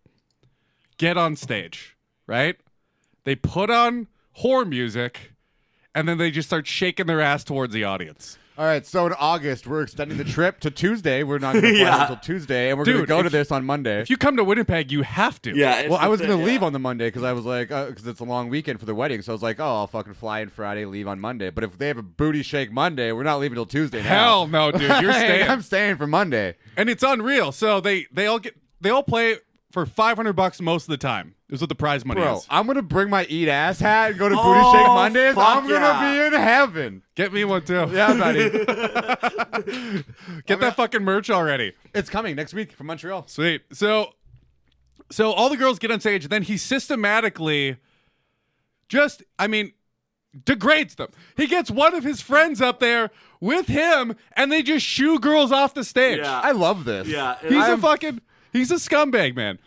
B: get on stage, right? They put on whore music, and then they just start shaking their ass towards the audience.
D: All right, so in August we're extending the trip to Tuesday. We're not going to fly
C: Yeah.
D: until Tuesday, and we're
B: Dude,
D: going to go
B: if
D: to this on Monday.
B: If you come to Winnipeg, you have to.
C: Yeah, it's
D: well, I
C: the
D: was
C: thing,
D: going to
C: yeah.
D: leave on the Monday because I was like, because it's a long weekend for the wedding. So I was like, oh, I'll fucking fly in Friday, leave on Monday. But if they have a booty shake Monday, we're not leaving till Tuesday. now.
B: Hell no, dude. You're
D: Hey,
B: staying.
D: I'm staying for Monday.
B: and it's unreal. So they they all get they all play for five hundred bucks most of the time. Is what the prize money
D: Bro,
B: is.
D: I'm going to bring my eat ass hat and go to booty
C: Oh,
D: shake Mondays.
C: fuck
D: I'm going to
C: yeah.
D: be in heaven.
B: Get me one too.
D: Yeah, buddy.
B: Get that fucking merch already.
D: it's coming next week from Montreal.
B: Sweet. So, so all the girls get on stage, and then he systematically, just I mean, degrades them. He gets one of his friends up there with him, and they just shoo girls off the stage.
C: Yeah.
D: I love this.
C: Yeah, it-
B: He's
C: I
B: a
C: am-
B: fucking he's a scumbag, man.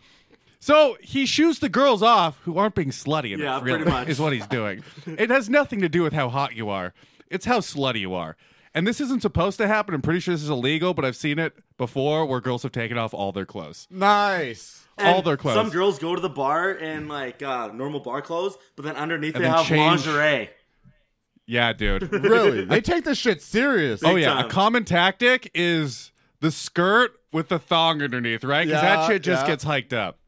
B: So he shoots the girls off who aren't being slutty enough.
C: Yeah, pretty
B: really,
C: much.
B: is what he's doing. it has nothing to do with how hot you are. It's how slutty you are. And this isn't supposed to happen. I'm pretty sure this is illegal, but I've seen it before where girls have taken off all their clothes.
D: Nice.
B: all
C: And
B: their clothes.
C: Some girls go to the bar in like uh, normal bar clothes, but then underneath
B: And
C: they
B: then
C: have
B: change.
C: lingerie.
B: yeah, dude.
D: Really? They take this shit serious.
B: oh yeah.
C: time.
B: A common tactic is the skirt with the thong underneath, right? Because
D: Yeah,
B: that shit just
D: yeah.
B: gets hiked up.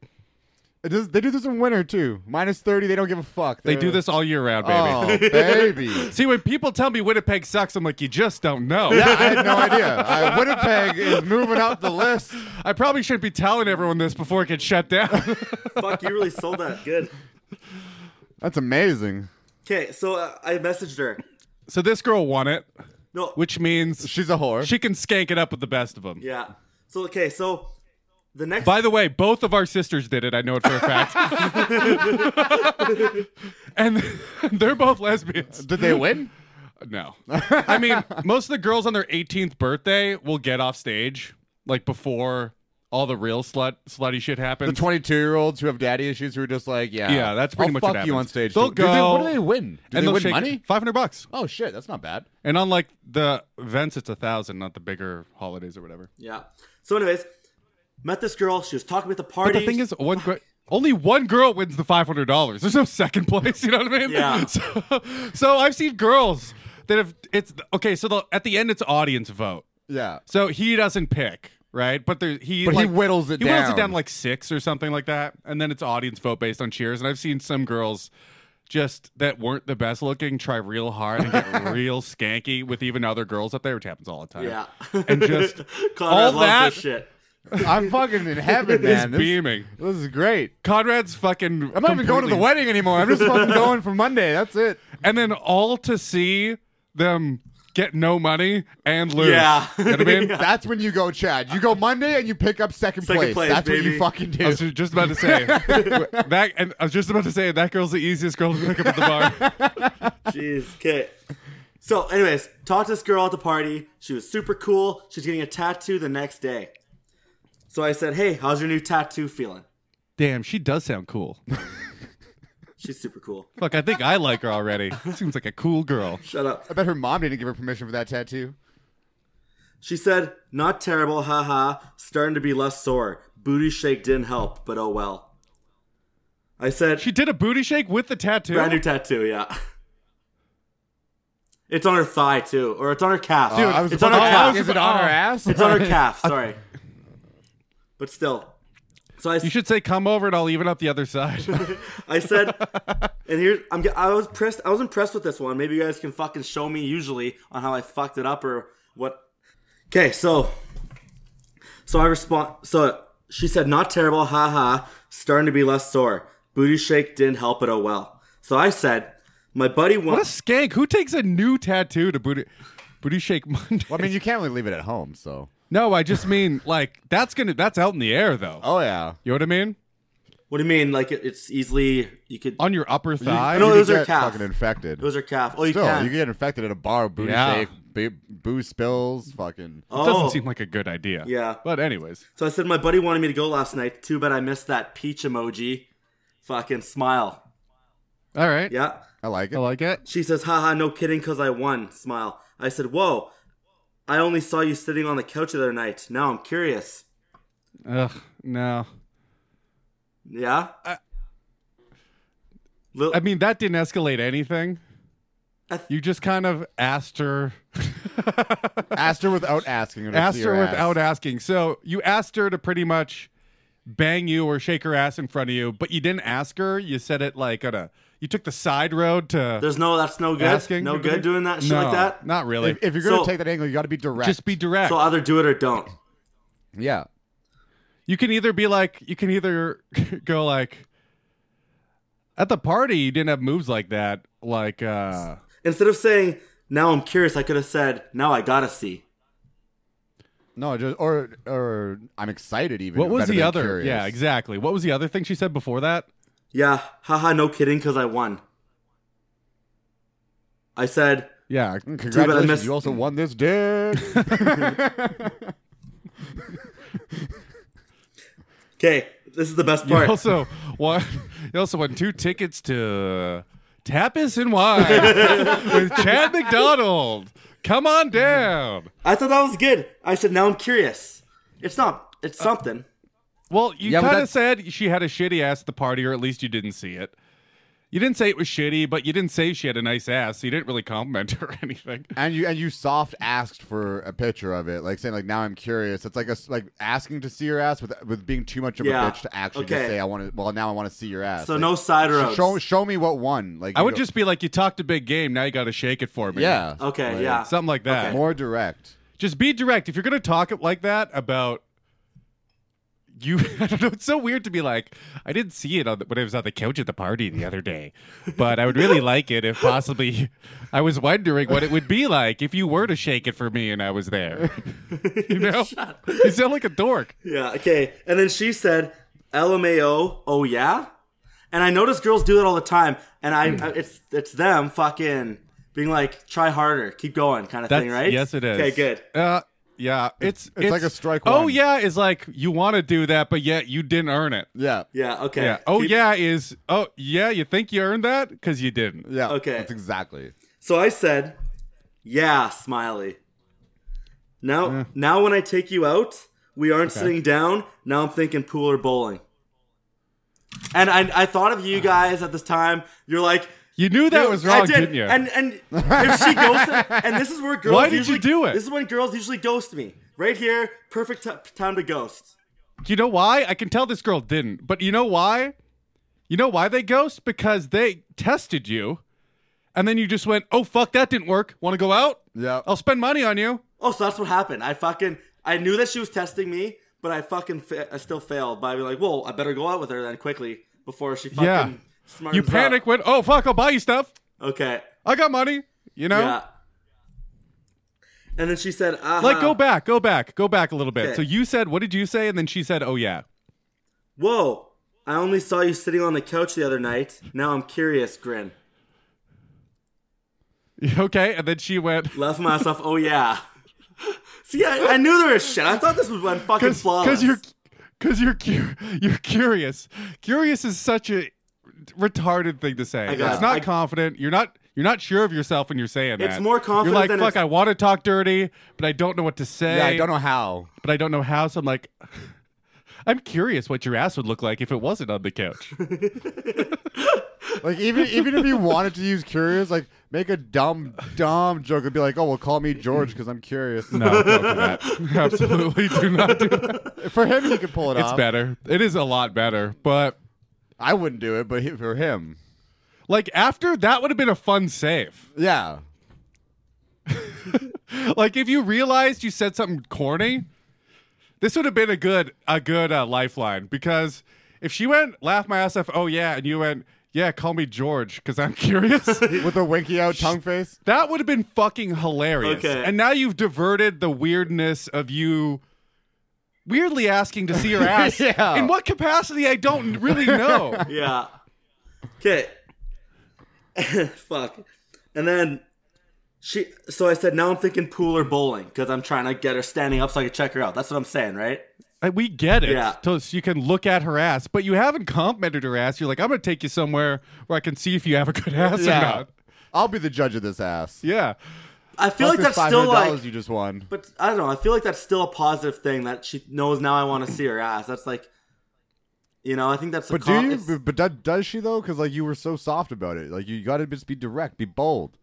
D: It does- they do this in winter too. Minus thirty, they don't give a fuck.
B: They
D: They're-
B: do this all year round, baby.
D: Oh, baby.
B: See, when people tell me Winnipeg sucks, I'm like, you just don't know.
D: Yeah, I had no idea. I, Winnipeg is moving up the list.
B: I probably should be telling everyone this before it gets shut down.
C: Fuck, you really sold that. Good.
D: That's amazing.
C: Okay, so uh, I messaged her.
B: so this girl won it,
C: No,
B: which means
D: She's a whore.
B: she can skank it up with the best of them.
C: yeah. So okay, so the next
B: By the way, both of our sisters did it. I know it for a fact. and they're both lesbians.
D: Did they win?
B: No. I mean, most of the girls on their 18th birthday will get off stage like before all the real slut slutty shit
D: The
B: happens.
D: twenty-two-year-olds who have daddy issues who are just like, yeah,
B: Yeah, that's pretty
D: I'll
B: much
D: fuck
B: what
D: you on
B: happens.
D: stage.
B: They'll
D: too. Do they-
B: go-
D: what do they win? Do
B: and
D: they
B: they'll
D: win
B: shake
D: money?
B: 500 bucks.
D: Oh shit, that's not bad.
B: And on like the events it's a 1000, not the bigger holidays or whatever.
C: yeah. So anyways, met this girl. She was talking at the
B: But
C: party.
B: the thing is, one gr- only one girl wins the five hundred dollars. There's no second place. You know what I mean?
C: Yeah.
B: So, so I've seen girls that have it's okay. So the, at the end, it's audience vote.
D: Yeah.
B: So he doesn't pick, right? But there, he
D: But he
B: like-
D: whittles it
B: He whittles it
D: down.
B: down to, like six or something like that, and then it's audience vote based on cheers. And I've seen some girls. Just that weren't the best looking, try real hard and get real skanky with even other girls up there, which happens all the time.
C: yeah.
B: And just
C: Connor
B: all
C: loves
B: that-
C: this shit.
D: I'm fucking in heaven, man. This,
B: beaming.
D: this is great.
B: Conrad's fucking.
D: I'm not even going to the
B: completely-
D: wedding anymore. I'm just fucking going for Monday. That's it.
B: and then all to see them get no money and lose.
C: Yeah.
B: You know what I mean?
C: Yeah.
D: That's when you go, Chad. You go Monday and you pick up second,
C: Second
D: place.
C: place,
D: That's what
C: baby.
D: you fucking do.
B: I was just about to say that, and I was just about to say that girl's the easiest girl to pick up at the bar.
C: Jeez. Okay. So anyways, talked to this girl at the party. She was super cool. She's getting a tattoo the next day. So I said, "Hey, how's your new tattoo feeling?"
B: Damn, she does sound cool.
C: She's super cool.
B: Fuck, I think I like her already. Seems like a cool girl.
C: Shut up.
D: I bet her mom didn't give her permission for that tattoo.
C: She said, "Not terrible, haha. Starting to be less sore. Booty shake didn't help, but oh well." I said,
B: She did a booty shake with the tattoo.
C: "Brand new tattoo, yeah." It's on her thigh too, or it's on her calf.
D: Uh, I was
C: it's on her
B: I
D: about to ask,
C: calf.
B: was
D: Is it on her
B: oh.
D: ass?
C: It's on her calf. Sorry, but still. So I,
B: you should say, "Come over and I'll even up the other side."
C: I said, and here I'm. ge- I was pressed. I was impressed with this one. Maybe you guys can fucking show me usually on how I fucked it up or what. Okay, so, so I respond. So she said, "Not terrible, haha. Starting to be less sore. Booty shake didn't help it. Oh well." So I said, "My buddy
B: what a
C: wants."
B: skank! Who takes a new tattoo to booty booty shake Monday?
D: Well, I mean, you can't really leave it at home, so.
B: no, I just mean like that's gonna that's out in the air though.
D: Oh, yeah.
B: You know what I mean?
C: What do you mean? Like it, it's easily you could.
B: On your upper thigh.
C: No,
D: You
C: it
D: could
C: was her
D: get
C: calf.
D: fucking infected.
C: it was her calf. Oh, you
D: Still,
C: can.
D: you could get infected at a bar, booty
B: Yeah.
D: shake, ba- booze spills, fucking.
C: oh.
B: Doesn't seem like a good idea.
C: Yeah.
B: But anyways,
C: So I said my buddy wanted me to go last night. Too bad I missed that peach emoji. Fucking smile.
B: all right.
C: Yeah.
D: I like it.
B: I like it.
C: She says, haha, no kidding, cause I won. Smile. I said, whoa, I only saw you sitting on the couch the other night. Now I'm curious.
B: Ugh, no.
C: Yeah? Lil-
B: I mean, that didn't escalate anything.
C: I th-
B: You just kind of asked her,
D: asked her without asking her. To
B: asked
D: see
B: her
D: ass.
B: without asking. So you asked her to pretty much bang you or shake her ass in front of you, but you didn't ask her. You said it like on a, you took the side road to
C: There's no, that's no good.
B: asking.
C: no
B: you know what I
C: good
B: mean?
C: doing that shit
B: no,
C: like that.
B: Not really.
D: If, if you're gonna
C: So-
D: take that angle, you got to be direct.
B: just be direct.
C: So either do it or don't.
D: yeah.
B: you can either be like you can either go like at the party you didn't have moves like that like uh
C: Instead of saying, now I'm curious, I could have said, now I gotta see.
D: No, just or or I'm excited. Even
B: what was
D: better
B: the
D: than
B: other
D: curious.
B: yeah exactly what was the other thing she said before that
C: Yeah, haha, no kidding, cause I won. I said,
B: yeah
D: Mm, Congratulations,
C: missed-
D: you also won this dick.
C: okay, this is the best
B: you
C: part.
B: also won you also won two tickets to tapas and wine with chad mcdonald come on down
C: I thought that was good. I said, now I'm curious. It's not, it's
B: Uh,
C: something.
B: well you
D: Yeah, but
B: kind of
D: that's-
B: said she had a shitty ass at the party or at least you didn't see it You didn't say it was shitty, but you didn't say she had a nice ass. So you didn't really compliment her or anything.
D: and you and you soft asked for a picture of it, like saying like now I'm curious. It's like a s- like asking to see your ass with with being too much of
C: Yeah.
D: a bitch to actually
C: Okay.
D: just say I want to. Well, now I want to see your ass.
C: So
D: Like,
C: no side roads.
D: Show show me what one. Like
B: I
D: you
B: would
D: don't-
B: just be like, you talked a big game. Now you got to shake it for me.
D: yeah.
C: Okay,
D: Like,
C: yeah.
B: Something like that.
C: Okay.
D: More direct.
B: Just be direct. If you're going to talk it like that about you, I don't know. It's so weird to be like, I didn't see it on the, when I was on the couch at the party the other day, but I would really like it if possibly I was wondering what it would be like if you were to shake it for me and I was there. You know? you sound like a dork.
C: Yeah, okay. And then she said, LMAO, oh yeah? And I notice girls do that all the time. And I,
B: Hmm.
C: I- it's it's them fucking being like, try harder, keep going kind of
B: That's
C: thing, right?
B: Yes, it is.
C: Okay, good.
B: Uh, yeah, it's, it's
D: like a strike
B: Oh
D: one.
B: yeah, is like you want to do that, but yet you didn't earn it.
D: Yeah.
C: Yeah, okay.
B: Yeah. Oh
C: Keep-
B: yeah, is oh yeah, you think you earned that because you didn't.
D: Yeah.
C: Okay.
D: That's exactly.
C: So I said, yeah, smiley. Now, now when I take you out, we aren't sitting down. Now I'm thinking pool or bowling. And I, I thought of you guys at this time. You're like,
B: You knew that was wrong,
C: I did.
B: didn't you?
C: And and if she ghosted, and this is where girls
B: Why did you
C: usually,
B: do it?
C: This is when girls usually ghost me. Right here, perfect t- time to ghost.
B: you know why? I can tell this girl didn't, but you know why? You know why they ghost? Because they tested you, and then you just went, "Oh fuck, that didn't work. Want to go out?
D: Yeah.
B: I'll spend money on you."
C: Oh, so that's what happened. I fucking I knew that she was testing me, but I fucking fa- I still failed by being like, "Whoa, I better go out with her then quickly before she fucking
B: Yeah.
C: smartens
B: You
C: up."
B: panic, went, "Oh fuck, I'll buy you stuff.
C: Okay.
B: I got money." You know.
C: Yeah. And then she said, uh
B: Like, go back, go back, go back a little bit.
C: Okay.
B: So you said, what did you say? And then she said, oh, yeah.
C: Whoa, I only saw you sitting on the couch the other night. Now I'm curious, grin.
B: Okay. And then she went,
C: Left myself, oh yeah. See, I, I knew there was shit. I thought this was one fucking flawless.
B: because you're. Because you're cu- you're curious. Curious is such a retarded thing to say.
C: got
B: It's
C: it.
B: not
C: I-
B: confident. You're not you're not sure of yourself when you're saying that.
C: It's more confident
B: You're like,
C: than
B: fuck,
C: it's-
B: I want to talk dirty, but I don't know what to say.
D: Yeah. I don't know how.
B: but I don't know how. So I'm like, I'm curious what your ass would look like if it wasn't on the couch.
D: Like even even if you wanted to use curious, like make a dumb dumb joke and be like, oh well, call me George because I'm curious.
B: no, don't do that. Absolutely, do not do that.
D: For him, he could pull it
B: It's
D: off.
B: better. It is a lot better, but.
D: I wouldn't do it, but he, for him,
B: Like after that would have been a fun save.
D: yeah.
B: Like if you realized you said something corny, this would have been a good a good uh, lifeline because if she went laugh my ass off, oh yeah, and you went yeah, call me George because I'm curious.
D: With a winky out tongue face.
B: that would have been fucking hilarious.
C: Okay.
B: And now you've diverted the weirdness of you weirdly asking to see her ass.
D: Yeah.
B: In what capacity I don't really know.
C: yeah. Okay. Fuck. And then she. So I said, now I'm thinking pool or bowling because I'm trying to get her standing up so I can check her out. That's what I'm saying, right?
B: Uh, We get it.
C: Yeah.
B: So you can look at her ass, but you haven't complimented her ass. You're like, I'm going to take you somewhere where I can see if you have a good ass or
D: Yeah.
B: not.
D: I'll be the judge of this ass.
B: Yeah.
C: I feel like
D: Fuck this
C: that's still
D: $500
C: like.
D: you just won.
C: But I don't know. I feel like that's still a positive thing that she knows now. I want to see her ass. That's like, you know, I think that's.
D: But
C: a
D: do
C: com-
D: you?
C: it's-
D: But, but does, does she though? Because like you were so soft about it. Like you got to just be direct, be bold.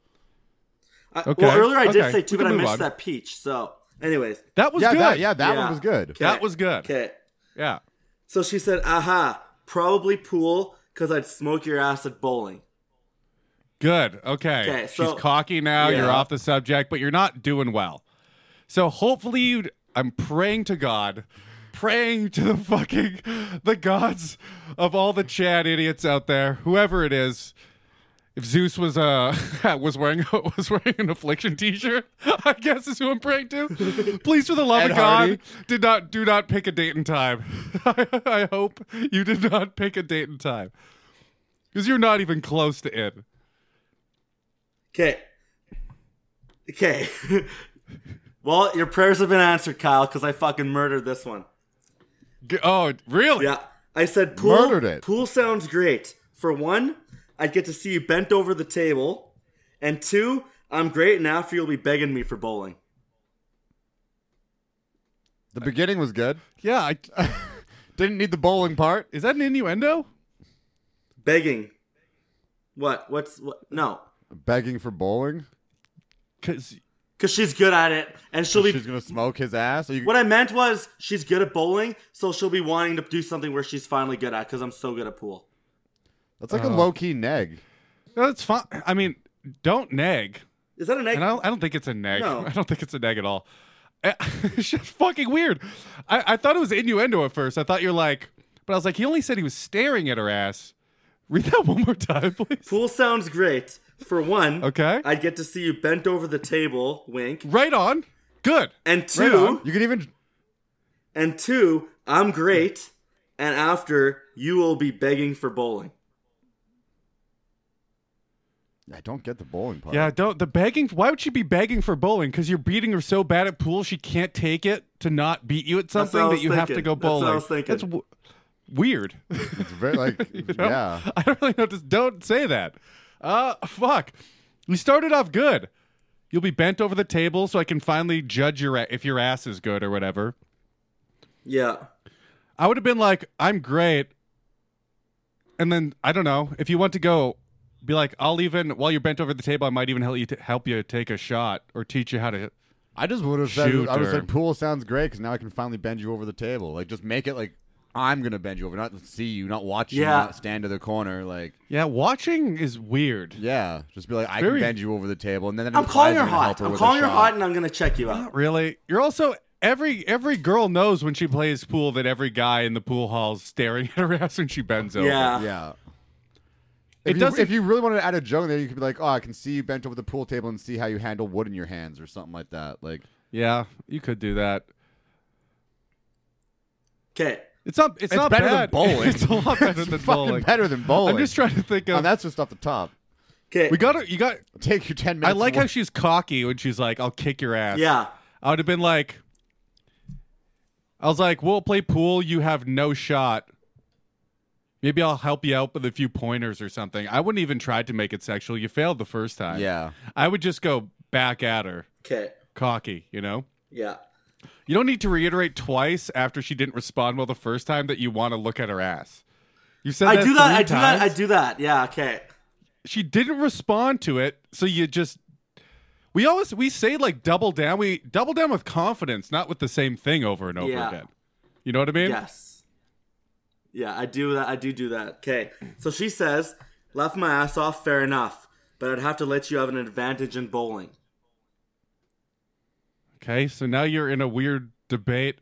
C: I,
B: Okay.
C: Well, earlier I did
B: Okay.
C: say two,
B: We
C: but I
B: can move
C: missed
B: on.
C: that peach. So, anyways,
B: That was
D: yeah,
B: good.
D: that, yeah, that
C: Yeah.
D: one was good.
B: That was good.
C: okay.
B: Yeah.
C: So she said, "Aha, probably pool, cause I'd smoke your ass at bowling."
B: Good. Okay.
C: Okay, so-
B: She's cocky now.
C: Yeah.
B: You're off the subject, but you're not doing well. So hopefully, you'd, I'm praying to God, praying to the fucking the gods of all the Chad idiots out there, whoever it is. If Zeus was uh was wearing was wearing an affliction T-shirt, I guess is who I'm praying to. Please, for the love
D: Ed
B: of
D: Hardy.
B: God, did not do not pick a date and time. I, I hope you did not pick a date and time because you're not even close to it.
C: Okay. Okay. well, your prayers have been answered, Kyle, because I fucking murdered this one.
B: G- Oh, really?
C: Yeah. I said pool.
D: Murdered it.
C: Pool sounds great. For one, I'd get to see you bent over the table. And two, I'm great, and after you'll be begging me for bowling.
D: The beginning was good.
B: Yeah, I,
D: Didn't need the bowling part.
B: is that an innuendo?
C: Begging. What? What's what? No,
D: Begging for bowling?
B: Because
C: because she's good at it, and she'll be.
D: She's gonna smoke his ass. Are you,
C: What I meant was she's good at bowling, so she'll be wanting to do something where she's finally good at. Because I'm so good at pool.
D: that's like a
B: Uh.
D: low key neg.
B: that's fine. I mean, don't nag.
C: Is that an egg?
B: And I don't, I don't think it's a neg.
C: No.
B: I don't think it's a neg at all. Eh, It's just fucking weird. I, I thought it was innuendo at first. I thought you're like, but I was like, he only said he was staring at her ass. Read that one more time, please.
C: Pool sounds great. For one,
B: Okay.
C: I'd get to see you bent over the table, wink.
B: Right on. Good.
C: And
B: Right
C: two,
B: on.
D: You could even
C: and two, I'm great. And after, you will be begging for bowling.
D: I don't get the bowling part.
B: Yeah, don't the begging. Why would she be begging for bowling? Because you're beating her so bad at pool, she can't take it to not beat you at
C: what
B: something
C: I
B: that
C: was
B: you have to go
C: thinking. That's what I
B: bowling.
C: was thinking.
B: That's w- weird.
D: It's very like
B: know?
D: yeah.
B: I don't really know. Just don't say that. Uh, fuck. You started off good. You'll be bent over the table, so I can finally judge your a- if your ass is good or whatever.
C: Yeah.
B: I would have been like, I'm great. And then I don't know if you want to go, be like, I'll even while you're bent over the table, I might even help you t- help you take a shot or teach you how to.
D: I just would have said
B: Shoot
D: I would have
B: her.
D: said pool sounds great because now I can finally bend you over the table. Like just make it like I'm gonna bend you over, not see you, not watch you,
C: Yeah.
D: not stand to the corner. Like
B: Yeah, watching is weird.
D: yeah, just be like I
B: Very-
D: can bend you over the table, and then
C: I'm calling her hot. I'm calling her hot, and I'm gonna check you out.
B: Not really. You're also every every girl knows when she plays pool that every guy in the pool hall's staring at her ass when she bends over.
C: Yeah.
D: Yeah.
B: It
D: If,
B: doesn't-
D: you, if you really wanted to add a joke in there, you could be like, "Oh, I can see you bent over the pool table and see how you handle wood in your hands, or something like that." Like,
B: Yeah, you could do that.
C: Okay.
B: It's not. It's,
D: It's
B: not
D: better than
B: bad.
D: bowling.
B: It's a lot better
D: it's
B: than
D: fucking
B: bowling.
D: better than bowling.
B: I'm just trying to think
D: and
B: of.
D: oh, that's just off the top.
C: Okay.
B: we got to You got.
D: Take you ten
B: I
D: minutes.
B: like
D: more.
B: how she's cocky when she's like, "I'll kick your ass."
C: Yeah.
B: I would have been like, I was like, "We'll play pool. You have no shot. Maybe I'll help you out with a few pointers or something." I wouldn't even try to make it sexual. You failed the first time.
D: Yeah.
B: I would just go back at her,
C: Okay.
B: cocky. You know.
C: Yeah.
B: You don't need to reiterate twice after she didn't respond well the first time that you want to look at her ass. You said
C: I do that. I do
B: three
C: that. I
B: times.
C: do that. Yeah. Okay.
B: She didn't respond to it, so you just. We always we say like double down. We double down with confidence, not with the same thing over and over
C: Yeah.
B: again. You know what I mean?
C: Yes. Yeah, I do that. I do do that. Okay. So she says, "Left my ass off. Fair enough, but I'd have to let you have an advantage in bowling."
B: Okay, so now you're in a weird debate.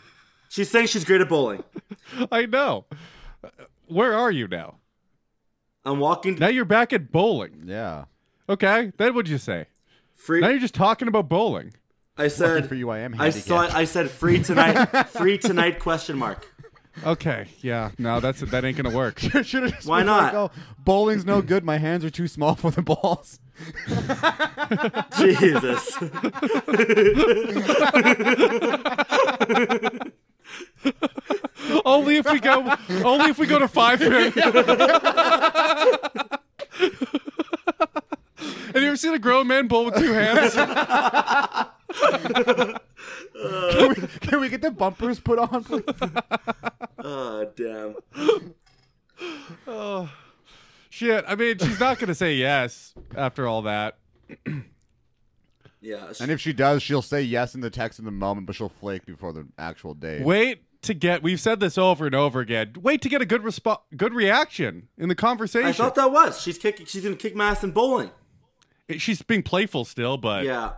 C: She's saying she's great at bowling.
B: I know. Uh, Where are you now?
C: I'm walking.
B: Now you're back at bowling.
D: Yeah.
B: Okay, then what'd you say?
C: free.
B: Now you're just talking about bowling.
C: I
D: Lucky
C: said.
D: for you, I am.
C: I saw.
D: handicapped.
C: I said free tonight. free tonight? Question mark.
B: Okay, yeah, no, that's that ain't gonna work.
D: Should have just
C: Why
D: been
C: not?
D: Like, oh, bowling's no good. My hands are too small for the balls.
C: Jesus.
B: Only if we go. only if we go to five pin. Have you ever seen a grown man bowl with two hands?
D: Can we, can we get the bumpers put on, please?
C: Oh damn.
B: Shit. I mean, she's not gonna say yes after all that.
C: Yeah.
D: And if she does, she'll say yes in the text in the moment, but she'll flake before the actual date.
B: Wait to get. We've said this over and over again. Wait to get a good response, good reaction in the conversation.
C: I thought that was. She's kicking. She's gonna kick my ass in bowling.
B: It- she's being playful still, but
C: Yeah.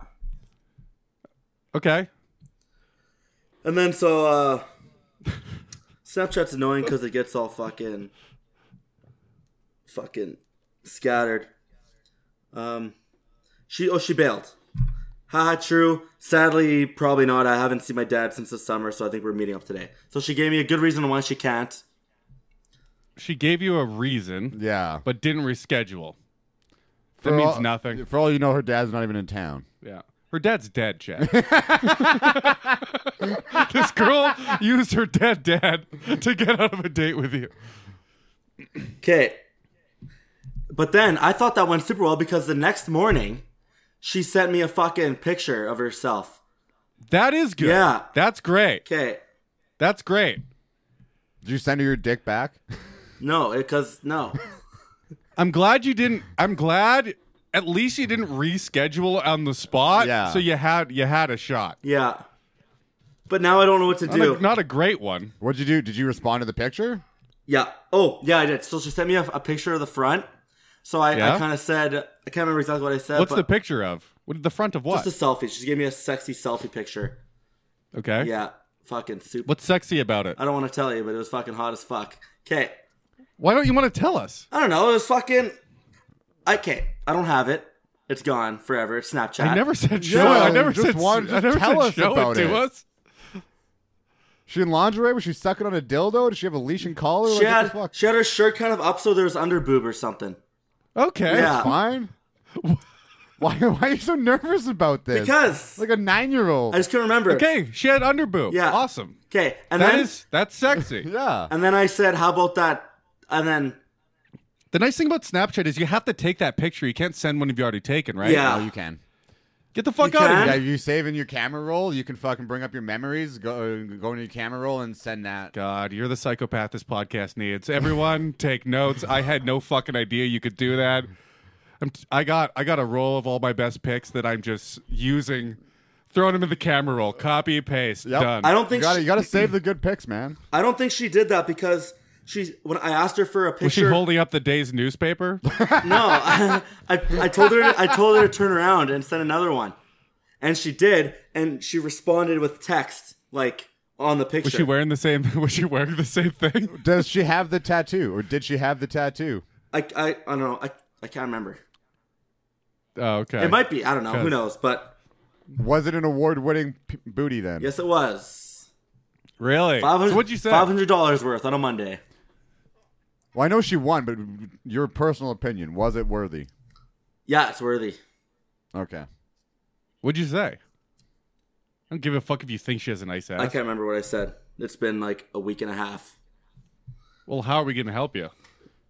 B: okay.
C: And then so uh Snapchat's annoying because it gets all fucking fucking scattered. Um she oh she bailed. Haha, true. Sadly, probably not. I haven't seen my dad since the summer, so I think we're meeting up today. So she gave me a good reason why she can't.
B: She gave you a reason,
D: Yeah.
B: but didn't reschedule. That
D: For
B: means
D: all-
B: nothing.
D: For all you know, her dad's not even in town.
B: Yeah. Her dad's dead, Chad. this girl used her dead dad to get out of a date with you.
C: Okay. But then I thought that went super well because the next morning she sent me a fucking picture of herself.
B: That is good.
C: Yeah.
B: That's great.
C: Okay.
B: That's great.
D: Did you send her your dick back?
C: No, because no.
B: I'm glad you didn't. I'm glad at least you didn't reschedule on the spot.
D: Yeah.
B: So you had you had a shot.
C: Yeah. But now I don't know what to
B: Not a-
C: do.
B: not a great one.
D: What'd you do? Did you respond to the picture?
C: Yeah. Oh, yeah, I did. So she sent me a, a picture of the front. So I,
B: Yeah?
C: I kind of said, I can't remember exactly what I said.
B: What's the
C: but
B: picture of? What the front of what?
C: Just a selfie. She gave me a sexy selfie picture.
B: okay.
C: Yeah. Fucking super.
B: What's sexy about it?
C: I don't want to tell you, but it was fucking hot as fuck. Okay.
B: Why don't you want to tell us?
C: I don't know. It was fucking. I can't. I don't have it. It's gone forever. It's Snapchat.
B: I never said show.
D: Yeah,
B: I never
D: just
B: said.
D: why don't you
B: I never
D: tell
B: said
D: us
B: show
D: about
B: it to
D: it?
B: us.
D: She in lingerie? Was she sucking on a dildo? Did she have a leash and collar?
C: She
D: Like, what
C: had,
D: the fuck?
C: she had her shirt kind of up so there was under boob or something.
B: Okay.
C: Yeah.
D: Fine. why, why are you so nervous about this?
C: Because
D: like a nine year old.
C: I just couldn't remember.
B: Okay. She had underboob.
C: Yeah.
B: Awesome.
C: Okay. And
B: That
C: then
B: is that's sexy.
D: Yeah.
C: and then I said, how about that? And then
B: the nice thing about Snapchat is you have to take that picture. You can't send one if you already taken, right?
C: Yeah.
D: Oh, you can.
B: Get the fuck
C: You
B: out of
C: can?
B: here.
D: Yeah, you save in your camera roll. You can fucking bring up your memories. Go uh, go into your camera roll and send that.
B: God, you're the psychopath this podcast needs. Everyone, take notes. I had no fucking idea you could do that. I'm t- I got I got a roll of all my best picks that I'm just using, throwing them in the camera roll, copy paste,
D: Yep.
B: done.
C: I don't
D: You
C: think
D: gotta,
C: she,
D: you gotta save the good pics, man.
C: I don't think she did that because she when I asked her for a picture.
B: Was she holding up the day's newspaper?
C: no, I, I told her I told her to turn around and send another one, and she did, and she responded with text like on the picture.
B: Was she wearing the same? Was she wearing the same thing?
D: Does she have the tattoo, or did she have the tattoo?
C: I, I I don't know. I I can't remember.
B: Oh, okay.
C: It might be. I don't know. Who knows? But
D: Was it an award-winning p- booty then?
C: yes, it was.
B: really.
C: Five
B: So what'd you say?
C: Five hundred dollars worth on a Monday.
D: Well, I know she won, but your personal opinion was it worthy?
C: Yeah, it's worthy.
D: Okay.
B: What'd you say? I don't give a fuck if you think she has a nice ass.
C: I can't remember what I said. It's been like a week and a half.
B: Well, how are we gonna help you?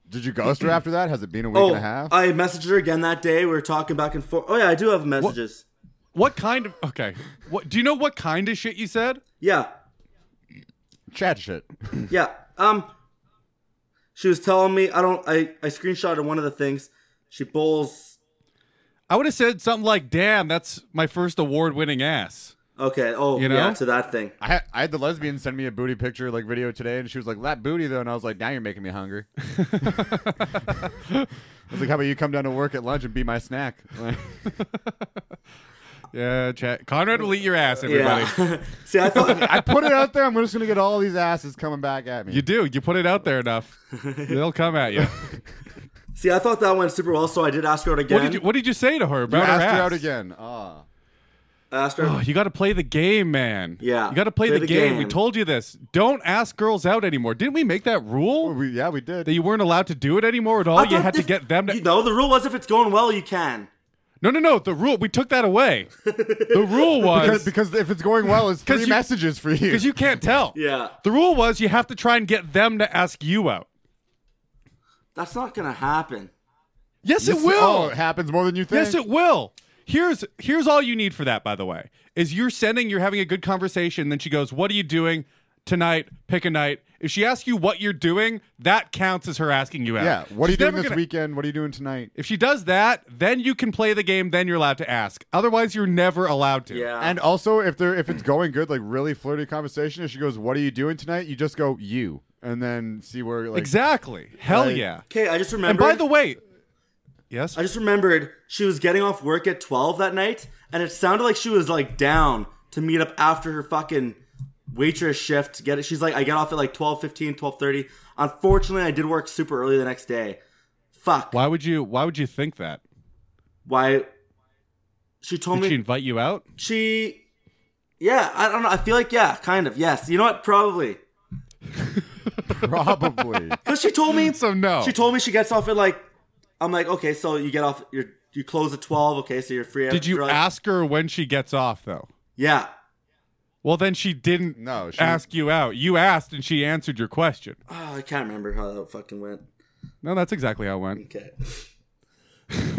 D: Did you ghost her after that? Has it been a week
C: Oh,
D: and a half?
C: I messaged her again that day. We were talking back and forth. Oh yeah, I do have messages.
B: What kind of? Okay. What do you know? What kind of shit you said?
C: Yeah,
D: Chat shit.
C: Yeah. Um she was telling me I don't I I screenshotted one of the things. She bowls
B: I would have said something like, "Damn, that's my first award-winning ass."
C: Okay, oh
B: You know?
C: yeah, to that thing.
D: I had, I had the lesbian send me a booty picture like video today, and she was like, "That booty though," and I was like, "Now you're making me hungry." I was like, "How about you come down to work at lunch and be my snack?" Like,
B: Yeah, chat. Conrad will eat your ass, everybody.
C: Yeah. See, I thought
D: I put it out there. I'm just gonna get all these asses coming back at me.
B: You do. You put it out there enough, they'll come at you.
C: See, I thought that went super well, so I did ask her out again.
B: What did you What did you say to her about
D: You
B: her
D: asked
B: ass?
D: her out again. Ah,
C: I asked her
B: Oh, you got to play the game, man.
C: Yeah.
B: You got to play, the, game. We told you this. Don't ask girls out anymore. Didn't we make that rule
D: we, yeah, we did.
B: that you weren't allowed to do it anymore at all?
C: I
B: You
C: thought
B: had to
C: this-
B: get them to.
C: You know, the rule was if it's going well, you can.
B: No, no, no. The rule. We took that away. the rule was
D: because, because if it's going well, it's
B: 'Cause
D: three
B: you-
D: messages for you.
B: because you can't tell.
C: Yeah.
B: The rule was you have to try and get them to ask you out.
C: That's not gonna happen.
B: Yes,
D: This-
B: it will.
D: Oh, it happens more than you think.
B: Yes, it will. Here's here's all you need for that, by the way. Is you're sending, you're having a good conversation, then she goes, What are you doing tonight? Pick a night. If she asks you what you're doing, that counts as her asking you out.
D: Yeah. What are you
B: She's
D: doing
B: never
D: this
B: gonna-
D: weekend? What are you doing tonight?
B: If she does that, then you can play the game, then you're allowed to ask. Otherwise, you're never allowed to.
C: Yeah.
D: And also, if they're if it's going good, like really flirty conversation, if she goes, "What are you doing tonight?" You just go, "You," and then see where like
B: Exactly. Hell
D: Like-
B: yeah.
C: okay, I just remembered
B: And by the way, yes?
C: I just remembered she was getting off work at 12 that night, and it sounded like she was like down to meet up after her fucking waitress shift. To get it, she's like, I got off at like 12:15, 12:30. Unfortunately, I did work super early the next day. Fuck.
B: why would you why would you think that?
C: Why? She told
B: Did she
C: me
B: invite you out?
C: she, Yeah, I don't know. I feel like yeah, kind of. Yes. You know what? Probably.
D: probably.
C: Cuz she told me
B: So oh. no.
C: She told me she gets off at like I'm like, "Okay, so you get off you you close at 12, okay, so you're free
B: Did you
C: after, like-
B: ask her when she gets off though?
C: Yeah.
B: Well, then she didn't
D: No, she-
B: ask you out. You asked and she answered your question.
C: Oh, I can't remember how that fucking went.
B: No, that's exactly how it went.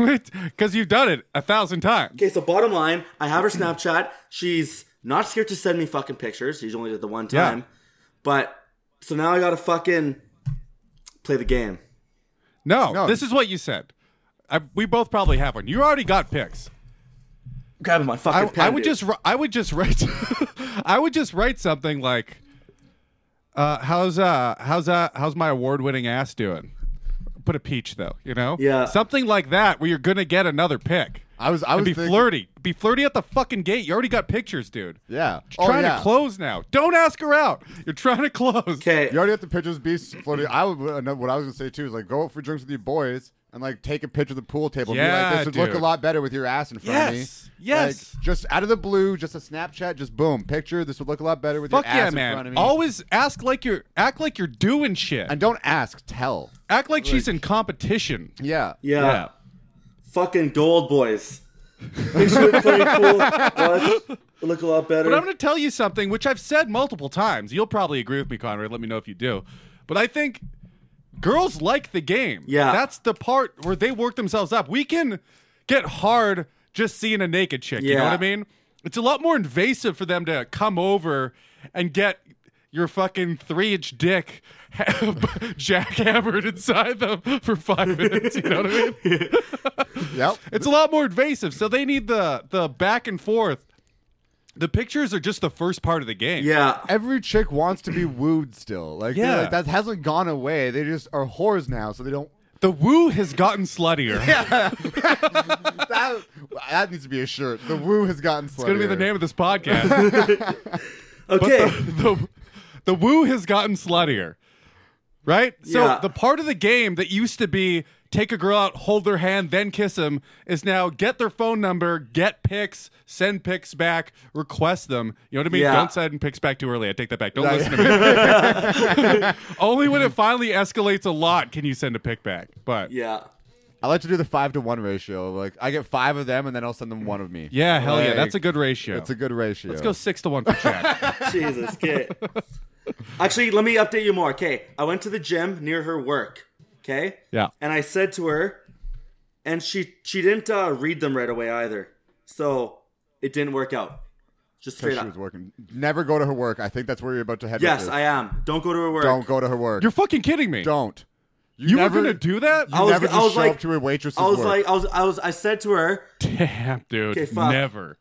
C: Okay.
B: Because you've done it a thousand times.
C: Okay, so bottom line, I have her Snapchat. She's not scared to send me fucking pictures. She's only did the one
B: Yeah.
C: time. But so now I gotta fucking play the game.
B: No,
D: No.
B: this is what you said. I, we both probably have one. You already got picks.
C: Grabbing my fucking
B: I,
C: pen,
B: I would
C: dude.
B: just ri- I would just write I would just write something like uh, how's uh how's uh how's my award winning ass doing? Put a peach though, you know?
C: Yeah.
B: Something like that where you're gonna get another pick.
D: I was- I
B: And
D: was
B: be
D: thinking-
B: flirty. Be flirty at the fucking gate. You already got pictures, dude.
D: Yeah.
B: You're trying
D: oh, yeah.
B: to close now. Don't ask her out. You're trying to close.
C: Okay.
D: You already have the pictures be floating. I would another- what I was gonna say too is like go out for drinks with your boys and like take a picture of the pool table. and be
B: Yeah,
D: like, this would look
B: dude.
D: a lot better with your ass in front
B: Yes,
D: of me.
B: yes.
D: Like, just out of the blue, just a Snapchat, just boom, picture. This would look a lot better with
B: Fuck
D: your
B: yeah,
D: ass in front of
B: man.
D: me.
B: Always ask like you're act like you're doing shit.
D: and don't ask, tell.
B: act like she's in competition.
D: Yeah.
C: yeah. Fucking gold, boys. Make sure they're playing cool. Watch. Look a lot better.
B: But I'm going to tell you something which I've said multiple times. You'll probably agree with me, Conrad. Let me know if you do. But I think girls like the game.
C: Yeah.
B: That's the part where they work themselves up. We can get hard just seeing a naked chick. You know
C: Yeah.
B: what I mean? It's a lot more invasive for them to come over and get your fucking three inch dick jackhammered inside them for five minutes. You know what I mean?
D: Yep.
B: It's a lot more invasive, so they need the the back and forth. The pictures are just the first part of the game.
C: yeah.
D: Every chick wants to be wooed still. Like, they're
B: Yeah.
D: like, that hasn't gone away. They just are whores now, so they don't.
B: The woo has gotten sluttier. Yeah,
D: That, that needs to be a shirt. The woo has gotten.
B: it's gonna be the name of this podcast.
C: Okay.
B: the, the woo has gotten sluttier. Right? So
C: Yeah.
B: the part of the game that used to be take a girl out, hold their hand, then kiss them is now get their phone number, get pics, send pics back, request them. You know what I mean?
C: Yeah.
B: Don't send pics back too early. I take that back. Don't listen to me. Only when it finally escalates a lot can you send a pic back. But
C: yeah.
D: I like to do the five to one ratio. Like, I get five of them, and then I'll send them one of me.
B: yeah, hell yeah.
D: Like,
B: That's a good ratio.
D: It's a good ratio.
B: Let's go six to one for Chad.
C: Jesus, okay. Actually, let me update you more. Okay, I went to the gym near her work. Okay.
B: Yeah.
C: And I said to her, and she she didn't uh, read them right away either, so it didn't work out. Just
D: Because
C: straight
D: she
C: up.
D: was working. Never go to her work. I think that's where you're about to head. with
C: Yes,
D: this.
C: I am. Don't go to her work.
D: don't go to her work.
B: You're fucking kidding me.
D: don't.
B: you
D: never-
B: were gonna do that?
C: I was-
D: never
C: I
D: just
C: was
D: show
C: like-
D: up to a waitress's
C: I was
D: work
C: like, I was, I was, I said to her,
B: Damn, dude.
C: Okay, fuck.
B: Never.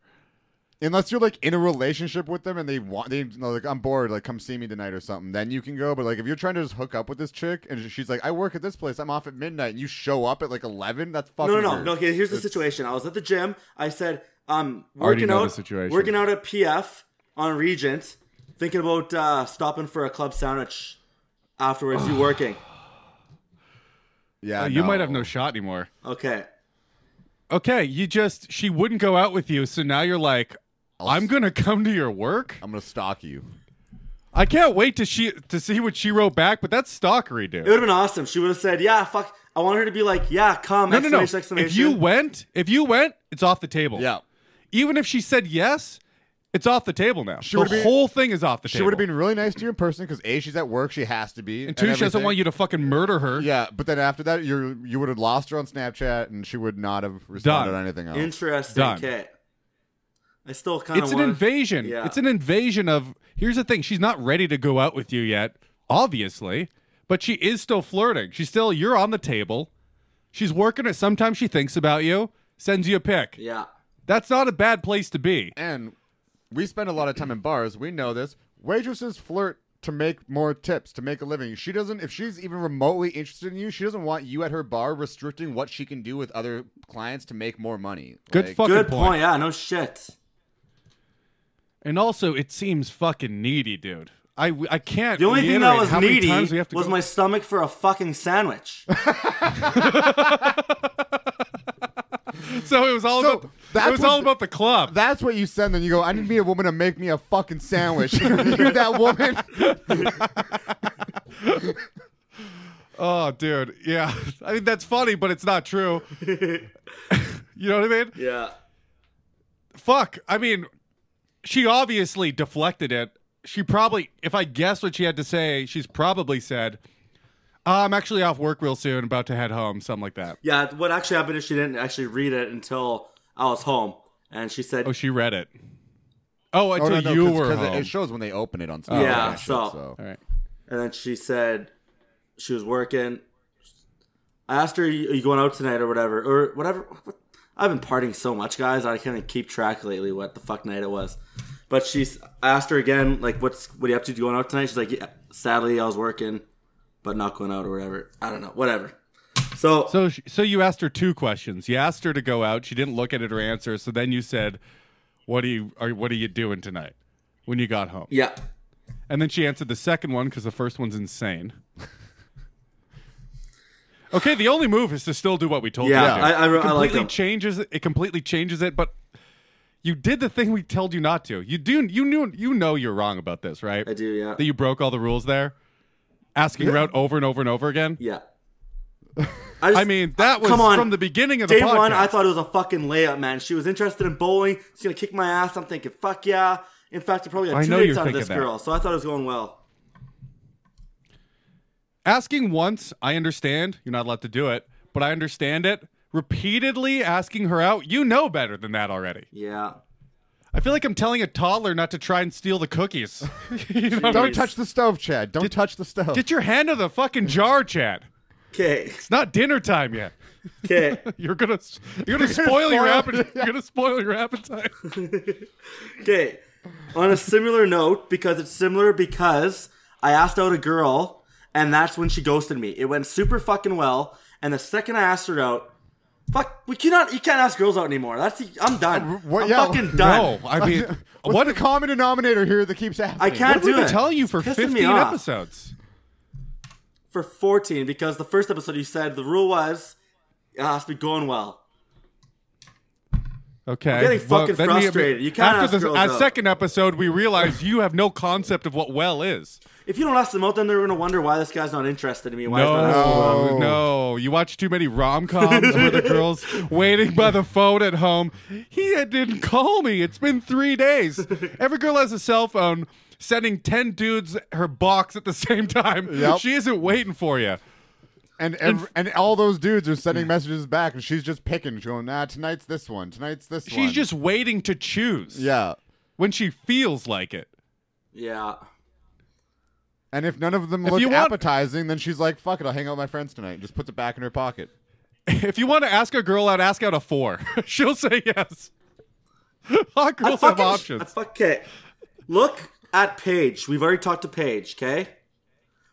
D: unless you're like in a relationship with them and they want they you know, like I'm bored, like come see me tonight or something. Then you can go. But like if you're trying to just hook up with this chick and she's like, I work at this place, I'm off at midnight, and you show up at like eleven, that's fucking
C: no, no, no,
D: weird.
C: no. Okay, here's the situation. I was at the gym. I said, um,
B: Already
C: working
B: know the
C: out,
B: situation.
C: working out at PF on Regent, thinking about uh, stopping for a club sandwich afterwards. you working?
D: Yeah,
B: Uh, you
D: no.
B: might have no shot anymore.
C: Okay.
B: Okay, you just she wouldn't go out with you, so now you're like, I'm gonna come to your work.
D: I'm gonna stalk you.
B: I can't wait to she to see what she wrote back, but that's stalkery, dude.
C: It would have been awesome. She would have said, "Yeah, fuck." I want her to be like, "Yeah, come."
B: no, no, no.
C: exclamation,
B: If
C: exclamation.
B: you went, if you went, it's off the table.
D: Yeah.
B: Even if she said yes, it's off the table now. the
D: would've been-
B: whole thing is off the
D: She
B: table.
D: would have been really nice to you in person because a she's at work, she has to be,
B: And two, she doesn't want you to fucking murder her.
D: Yeah, but then after that, you you would have lost her on Snapchat, and she would not have responded
B: Done.
D: on anything else.
C: interesting,
B: Done.
C: okay. I still kind of.
B: It's an invasion.
C: Yeah.
B: It's an invasion of. Here's the thing: she's not ready to go out with you yet, obviously, but she is still flirting. She's still you're on the table. She's working it. Sometimes she thinks about you, sends you a pic.
C: Yeah.
B: That's not a bad place to be.
D: and we spend a lot of time in bars. We know this. Waitresses flirt to make more tips, to make a living. She doesn't, if she's even remotely interested in you, she doesn't want you at her bar restricting what she can do with other clients to make more money.
B: Good
D: Like,
B: fucking
C: Good
B: point.
C: point. Yeah. No shit.
B: And also, it seems fucking needy, dude. I, I can't.
C: The only thing that
B: reiterate
C: was
B: how many
C: needy
B: times we have to
C: was
B: go-
C: my stomach for a fucking sandwich.
B: So it was all
D: So,
B: about.
D: that's
B: It was
D: what
B: all
D: the-
B: about the club.
D: That's what you send them. You go, I need me a woman to make me a fucking sandwich. You're that woman.
B: Oh, dude. Yeah. I mean, that's funny, but it's not true. you know what I mean?
C: yeah.
B: fuck. I mean, she obviously deflected it. She probably, if I guess what she had to say, she's probably said, "Uh, "I'm actually off work real soon, about to head home," something like that.
C: Yeah, what actually happened is she didn't actually read it until I was home, and she said,
B: Oh, she read it. Oh,
D: Oh,
B: until
D: no, no,
B: you
D: 'cause-
B: were
D: 'cause
B: home.
D: It, it shows when they open it on Snapchat.
C: Yeah,
D: and shit,
C: so-
B: All right.
C: and then she said she was working, I asked her, "Are you going out tonight or whatever or whatever?" What- I've been partying so much, guys. I can't even keep track lately what the fuck night it was. But she's I asked her again, like, "What's what are you up to? Do you going out tonight?" She's like, "Yeah, sadly, I was working, but not going out or whatever. I don't know, whatever." So,
B: So, sh so you asked her two questions. You asked her to go out. She didn't look at it or answer. So then you said, "What are you? Are, what are you doing tonight?" When you got home,
C: yeah,
B: and then she answered the second one because the first one's insane. okay, the only move is to still do what we told
C: Yeah,
B: you. to do.
C: I- I- I
B: it completely
C: like them.
B: changes it. Completely changes it, but. You did the thing we told you not to. You do. You knew. You know you're wrong about this, right?
C: I do, yeah,
B: That you broke all the rules there, asking her out over and over and over again.
C: yeah. I, just-
B: I mean, that was
C: Come on.
B: from the beginning of the
C: Day
B: podcast.
C: one, I thought it was a fucking layup, man. She was interested in bowling. She's gonna kick my ass. I'm thinking, fuck yeah. In fact, I probably
B: I
C: had two
B: know
C: dates
B: you're
C: out of
B: thinking
C: this
B: that.
C: girl, so I thought it was going well.
B: Asking once, I understand. You're not allowed to do it, but I understand it. Repeatedly asking her out, you know better than that already.
C: Yeah.
B: I feel like I'm telling a toddler not to try and steal the cookies. You know what I
D: Don't
B: mean?
D: touch the stove, Chad. Don't touch the stove.
B: Get your hand on the fucking jar, Chad.
C: Okay.
B: It's not dinner time yet.
C: Okay.
B: You're gonna, you're gonna spoil your
D: spoil-
B: appetite. You're gonna spoil your appetite.
C: Okay. On a similar note, because it's similar, because I asked out a girl, and that's when she ghosted me. It went super fucking well, and the second I asked her out, fuck, we cannot, you can't ask girls out anymore. That's the, I'm done.
D: what-
C: I'm
D: yeah,
C: fucking
B: No,
C: done.
B: I mean,
D: What's
B: what
D: the common denominator here that keeps happening?
C: I
B: what
C: can't
B: have we
C: do
B: been
C: it.
B: telling you for
C: It's pissing me
B: 15
C: off.
B: episodes?
C: for 14 because the first episode you said the rule was it has to be going well.
B: Okay. I'm
C: getting fucking frustrated. You can't ask
B: After the
C: girls
B: uh,
C: out.
B: second episode, we realized you have no concept of what well is.
C: If you don't ask them out, then they're going to wonder why this guy's not interested in me. Why he's not asking me
B: No,
C: out.
B: no. You watch too many rom coms where the girl's waiting by the phone at home. He didn't call me. It's been three days. Every girl has a cell phone sending 10 dudes her box at the same time.
D: Yep.
B: She isn't waiting for you.
D: And ev- and all those dudes are
B: Hmm.
D: sending messages back, and she's just picking. She's going, nah, tonight's this one. Tonight's this one.
B: She's just waiting to choose
D: yeah.
B: when she feels like it.
C: Yeah.
D: And if none of them look
B: you want-
D: appetizing, then she's like, "Fuck it, I'll hang out with my friends tonight." And just puts it back in her pocket.
B: If you want to ask a girl out, ask out a four. She'll say yes. Hot
C: I
B: girls have
C: fucking-
B: options.
C: I fuck, okay. Look at Paige. We've already talked to Paige, okay?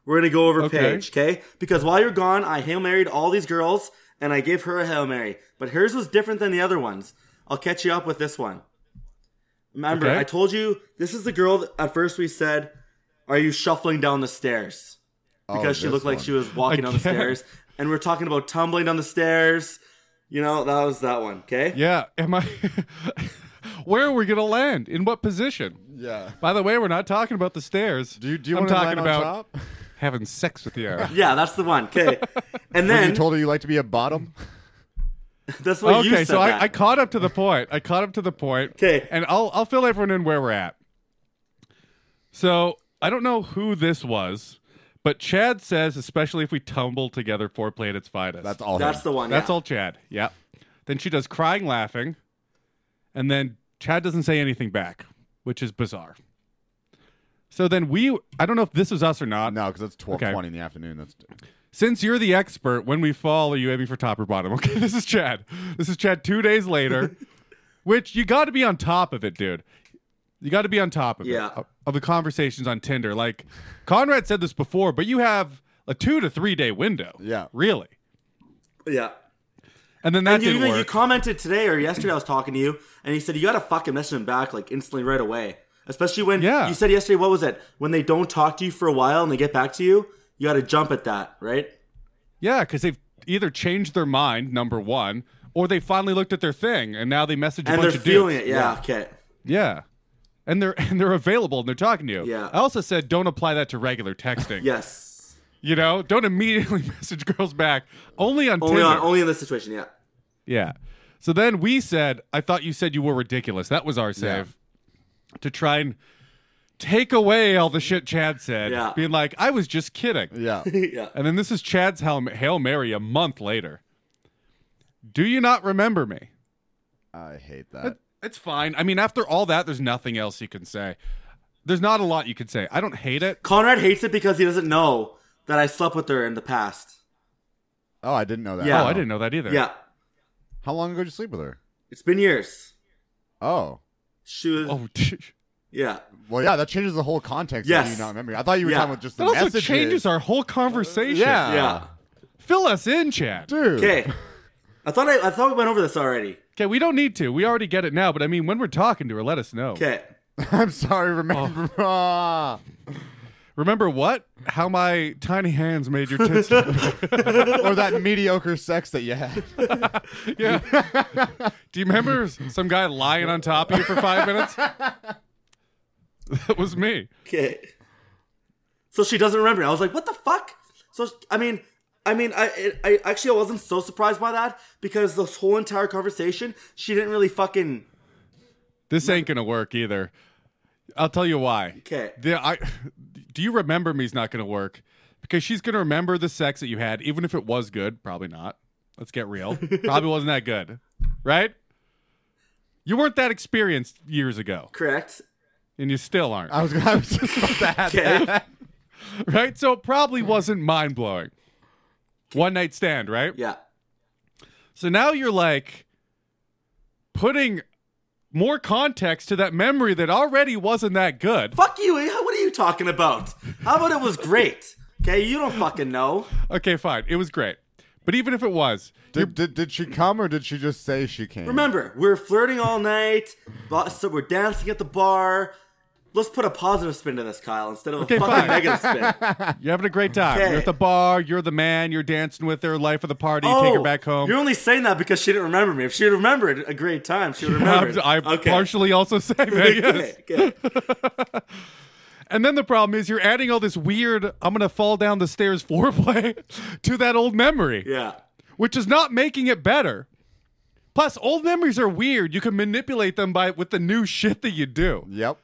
C: We're going to go over
B: Okay.
C: Paige, okay? Because while you're gone, I Hail Married all these girls and I gave her a Hail Mary. But hers was different than the other ones. I'll catch you up with this one. Remember,
B: Okay.
C: I told you this is the girl that at first we said, Are you shuffling down the stairs?
D: Oh,
C: because she
D: this
C: looked like
D: one.
C: she was walking down the
B: Again.
C: stairs. And we are talking about tumbling down the stairs. You know, that was that one, okay?
B: Yeah. Am I? Where are we gonna land? In what position?
D: Yeah.
B: By the way, we're not talking about the stairs.
D: Do you do you
B: I'm
D: want to
B: talking about
D: on top?
B: having sex with you.
C: Yeah, that's the one, okay? And then
D: you told her you like to be a bottom.
C: that's what you
B: okay, so
C: said. that.
B: I, I caught up to the point. I caught up to the point.
C: 'Kay.
B: And I'll I'll fill everyone in where we're at. So I don't know who this was, but Chad says, especially if we tumble together, foreplay at its finest.
D: That's all.
C: That's
D: him.
C: the one.
B: That's
C: yeah.
B: all Chad. Yeah. Then she does crying laughing. And then Chad doesn't say anything back, which is bizarre. So then we I don't know if this was us or not.
D: no, because it's twelve
B: Okay.
D: twenty in the afternoon. That's
B: Since you're the expert, when we fall, are you aiming for top or bottom? Okay, this is Chad. This is Chad two days later. which you gotta be on top of it, dude. You gotta be on top of
C: Yeah.
B: it. Of- Of the conversations on Tinder. Like Conrad said this before, but you have a two to three day window.
D: Yeah.
B: Really.
C: Yeah.
B: And then that
C: You,
B: didn't
C: even-
B: work.
C: you commented today or yesterday. I was talking to you, and you said you got to fucking message him back like instantly right away. Especially when
B: Yeah.
C: you said yesterday, what was it? When they don't talk to you for a while and they get back to you, you got to jump at that, right?
B: Yeah, because they've either changed their mind, number one, or they finally looked at their thing and now they message a
C: And they're
B: bunch of
C: feeling
B: dudes.
C: it. Yeah, Okay.
B: Yeah. And they're and they're available and they're talking to you.
C: Yeah.
B: I also said don't apply that to regular texting.
C: Yes.
B: You know, don't immediately message girls back. Only on
C: Only
B: Tinder.
C: on, only in this situation. Yeah.
B: yeah. So then we said, I thought you said you were ridiculous. That was our save. To try and take away all the shit Chad said.
C: Yeah.
B: Being like, I was just kidding.
D: yeah.
C: yeah.
B: And then this is Chad's Hail, Hail Mary a month later. Do you not remember me?
D: I hate that.
B: It's fine. I mean, after all that, there's nothing else you can say. There's not a lot you can say. I don't hate it.
C: Conrad hates it because he doesn't know that I slept with her in the past.
D: Oh, I didn't know that.
C: Yeah.
B: Oh, I didn't know that either.
C: Yeah,
D: How long ago did you sleep with her?
C: it's been years.
D: Oh.
C: She was.
B: Oh,
C: Yeah,
D: Well, yeah, that changes the whole context. Yes.
C: Yes.
D: If you not remember. I thought you were
C: Yeah.
D: talking about just the
B: that also
D: messages.
B: changes our whole conversation.
D: Yeah.
C: yeah.
B: Fill us in, Chad.
D: Dude.
C: Okay. I thought I, I thought we went over this already.
B: Okay, we don't need to. We already get it now, but I mean, when we're talking to her, let us know.
C: Okay.
D: I'm sorry. Remember. Ah.
B: Remember what? How my tiny hands made your tits.
D: or that mediocre sex that you had.
B: yeah. Do you remember some guy lying on top of you for five minutes? That was me.
C: Okay. So she doesn't remember. I was like, "What the fuck?" So I mean, I mean, I it, I actually I wasn't so surprised by that because this whole entire conversation, she didn't really fucking
B: This ain't gonna work either. I'll tell you why.
C: 'Kay.
B: The- I, do you remember me's not gonna work? Because she's gonna remember the sex that you had, even if it was good. Probably not. Let's get real. Probably wasn't that good, right? You weren't that experienced years ago,
C: correct.
B: and you still aren't,
C: Uh,
D: I was, gonna, I was just about to add
C: Okay.
D: that.
B: right? So it probably wasn't mind blowing. One night stand, right?
C: Yeah.
B: So now you're like putting more context to that memory that already wasn't that good.
C: Fuck you. eh? What are you talking about? How about it was great? Okay, you don't fucking know.
B: Okay, fine. It was great. But even if it was,
D: Did, did, did she come or did she just say she came?
C: Remember, we were flirting all night. but- So we're dancing at the bar. Let's put a positive spin to this, Kyle, instead of a
B: Okay,
C: fucking
B: fine.
C: negative spin.
B: you're having a great time.
C: Okay.
B: You're at the bar, you're the man, you're dancing with her, life of the party, you take her back home.
C: Oh, You're only saying that because she didn't remember me. If she had remembered a great time, she would remember.
B: I'm, I'm partially also saying that, yes. And then the problem is you're adding all this weird, I'm going to fall down the stairs foreplay to that old memory,
C: Yeah.
B: which is not making it better. Plus, old memories are weird. You can manipulate them by with the new shit that you do.
D: Yep.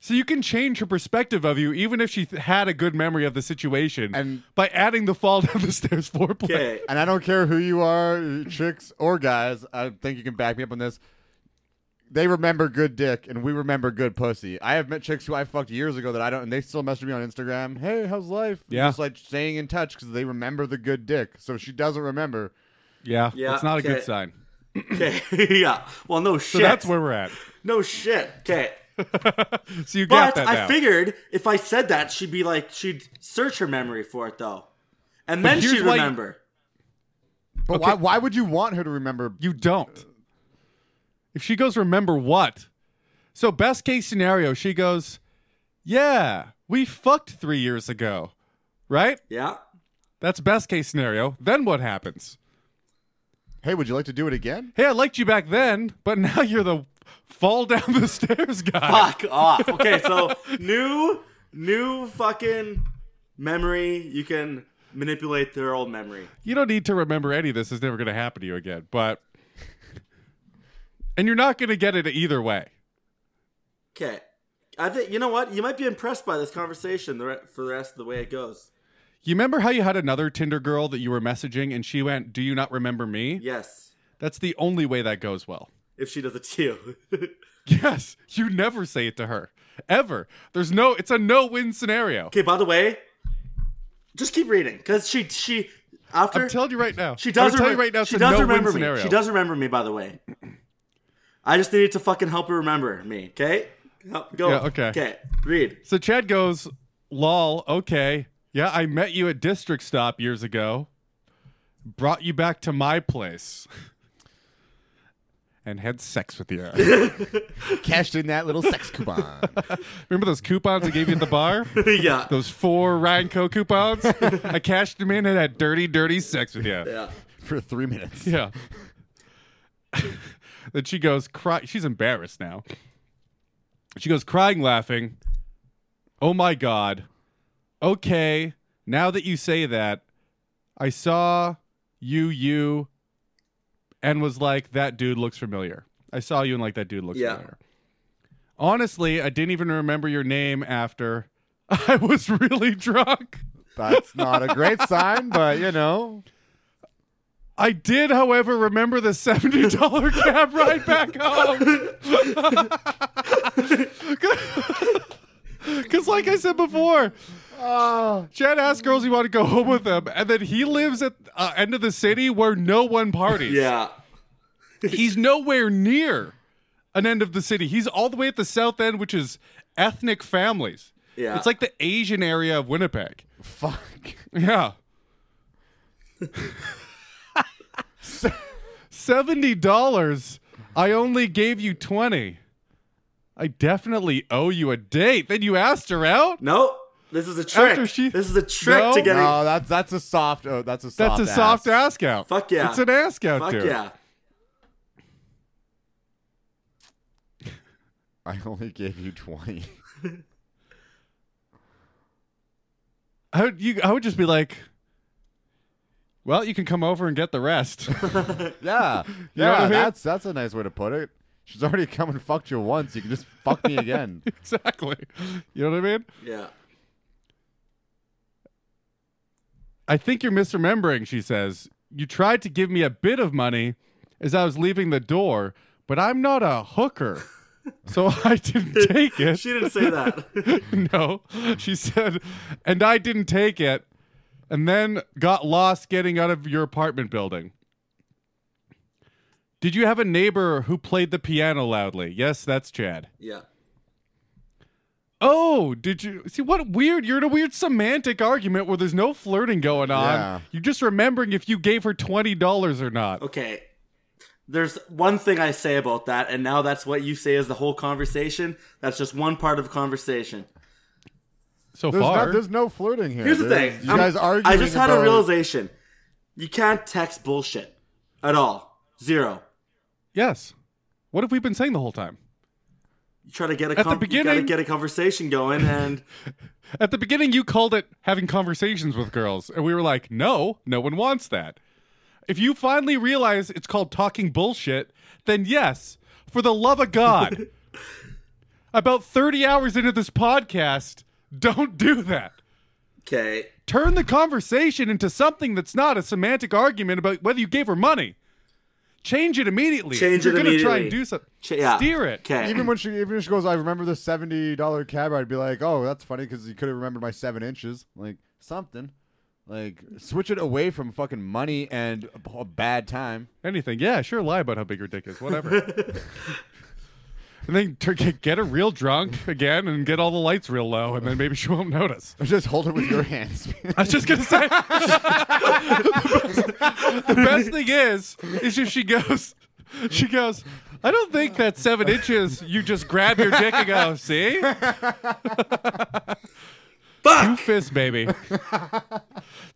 B: So you can change her perspective of you, even if she th- had a good memory of the situation,
D: And-
B: by adding the fall down the stairs foreplay.
C: Okay.
D: And I don't care who you are, chicks or guys. I think you can back me up on this. They remember good dick, and we remember good pussy. I have met chicks who I fucked years ago that I don't, and they still message me on Instagram. Hey, how's life?
B: Yeah.
D: just like staying in touch because they remember the good dick. So if she doesn't remember.
B: Yeah,
C: Yeah,
B: that's not a good
C: okay.
B: sign.
C: Okay. yeah. Well, no
B: So
C: shit.
B: that's where we're at.
C: No shit. Okay.
B: So you got
C: But
B: that
C: I
B: now.
C: figured if I said that, she'd be like, she'd search her memory for it though, and then
B: here's
C: she'd
B: why-
C: remember.
D: But why? Why would you want her to remember?
B: you don't. If she goes, remember what? So best case scenario, she goes, yeah, we fucked three years ago, right?
C: Yeah.
B: That's best case scenario. Then what happens?
D: Hey, would you like to do it again?
B: Hey, I liked you back then, but now you're the fall down the stairs guy.
C: Fuck off. Okay, so new, new fucking memory. You can manipulate their old memory.
B: you don't need to remember any of this. It's never going to happen to you again. But and you're not going to get it either way.
C: Okay. I think you know what you might be impressed by this conversation the re- for the rest of the way it goes.
B: You remember how you had another Tinder girl that you were messaging and she went, "Do you not remember me?"
C: Yes,
B: That's the only way that goes well.
C: if she does it to you.
B: Yes, you never say it to her ever. There's no it's a no-win scenario.
C: okay. By the way, just keep reading because she she after
B: I'm telling you right now.
C: she does
B: I'm telling you
C: remember
B: right now. It's
C: she
B: a
C: does
B: no-win
C: remember me.
B: scenario.
C: She does remember me. By the way, I just needed to fucking help her remember me. Okay. Help- Go.
B: Yeah, okay.
C: Okay. Read.
B: So Chad goes, lol, okay. Yeah, I met you at District Stop years ago. Brought you back to my place. And had sex with you.
D: Cashed in that little sex coupon.
B: Remember those coupons I gave you at the bar?
C: yeah.
B: Those four Ryan Co coupons? I cashed them in and had dirty, dirty sex with you.
C: Yeah.
D: for three minutes.
B: Yeah. then she goes, cry. She's embarrassed now. She goes, crying, laughing. Oh my God. Okay. Now that you say that, I saw you, you, and was like, that dude looks familiar. I saw you and like, that dude looks
C: Yeah.
B: familiar. Honestly, I didn't even remember your name after I was really drunk.
D: That's not a great sign, but you know.
B: I did, however, remember the seventy dollar cab ride back home. Because, like I said before, Chad asks girls he want to go home with them, and then he lives at uh, end of the city where no one parties.
C: Yeah.
B: he's nowhere near an end of the city. He's all the way at the south end, which is ethnic families.
C: Yeah.
B: it's like the Asian area of Winnipeg.
D: Fuck.
B: Yeah. Se- Seventy dollars. I only gave you twenty. I definitely owe you a date. Then you asked her out.
C: No, this is a trick.
B: After she-
C: This is a trick
B: No,
C: to getting.
D: No, that's that's a soft. Oh, that's a soft.
B: That's a soft
D: ass.
B: ask out.
C: Fuck yeah.
B: It's an ask out,
C: Fuck
B: dude.
C: yeah.
D: I only gave you twenty.
B: I would, you, I would just be like, well, you can come over and get the rest.
D: yeah,
B: know what I
D: yeah.
B: mean?
D: That's that's a nice way to put it. She's already come and fucked you once. You can just fuck me again.
B: exactly. You know what I mean?
C: Yeah.
B: I think you're misremembering, she says. You tried to give me a bit of money as I was leaving the door, but I'm not a hooker. So I didn't take it.
C: She didn't say that.
B: no. She said, and I didn't take it, and then got lost getting out of your apartment building. Did you have a neighbor who played the piano loudly? Yes, that's Chad.
C: yeah.
B: Oh, did you see what weird? You're in a weird semantic argument where there's no flirting going on.
D: Yeah.
B: You're just remembering if you gave her twenty dollars or not.
C: Okay. There's one thing I say about that, and now that's what you say is the whole conversation. That's just one part of the conversation.
B: So
D: There's,
B: far,
D: not, there's no flirting here.
C: Here's the
D: There's-
C: thing.
D: You
C: I'm-
D: guys arguing.
C: I just had
D: about,
C: a realization. You can't text bullshit at all. Zero.
B: yes. What have we been saying the whole time?
C: You try to get a
B: the
C: com- you gotta
B: beginning-
C: get a conversation going, and
B: At the beginning, you called it having conversations with girls, and we were like, no, no one wants that. If you finally realize it's called talking bullshit, then yes, for the love of God. About 30 hours into this podcast, don't do that.
C: okay,
B: Turn the conversation into something that's not a semantic argument about whether you gave her money. Change it immediately.
C: Change
B: If You're
C: it
B: gonna try
C: immediately.
B: and do something.
C: Ch- yeah.
B: Steer it.
C: okay.
D: Even when she even if she goes, I remember the seventy dollar cab. I'd be like, oh, that's funny because you could have remembered my seven inches, like something. Like switch it away from fucking money and a b- a bad time.
B: Anything. Yeah, sure. Lie about how big your dick is. Whatever. and then tur- get- get her real drunk again and get all the lights real low, and then maybe she won't notice.
D: Just hold it with your hands.
B: I was just gonna say. the best thing is, is if she goes, she goes. I don't think that seven inches. You just grab your dick and go. See, two
C: Fuck.
B: fists, baby.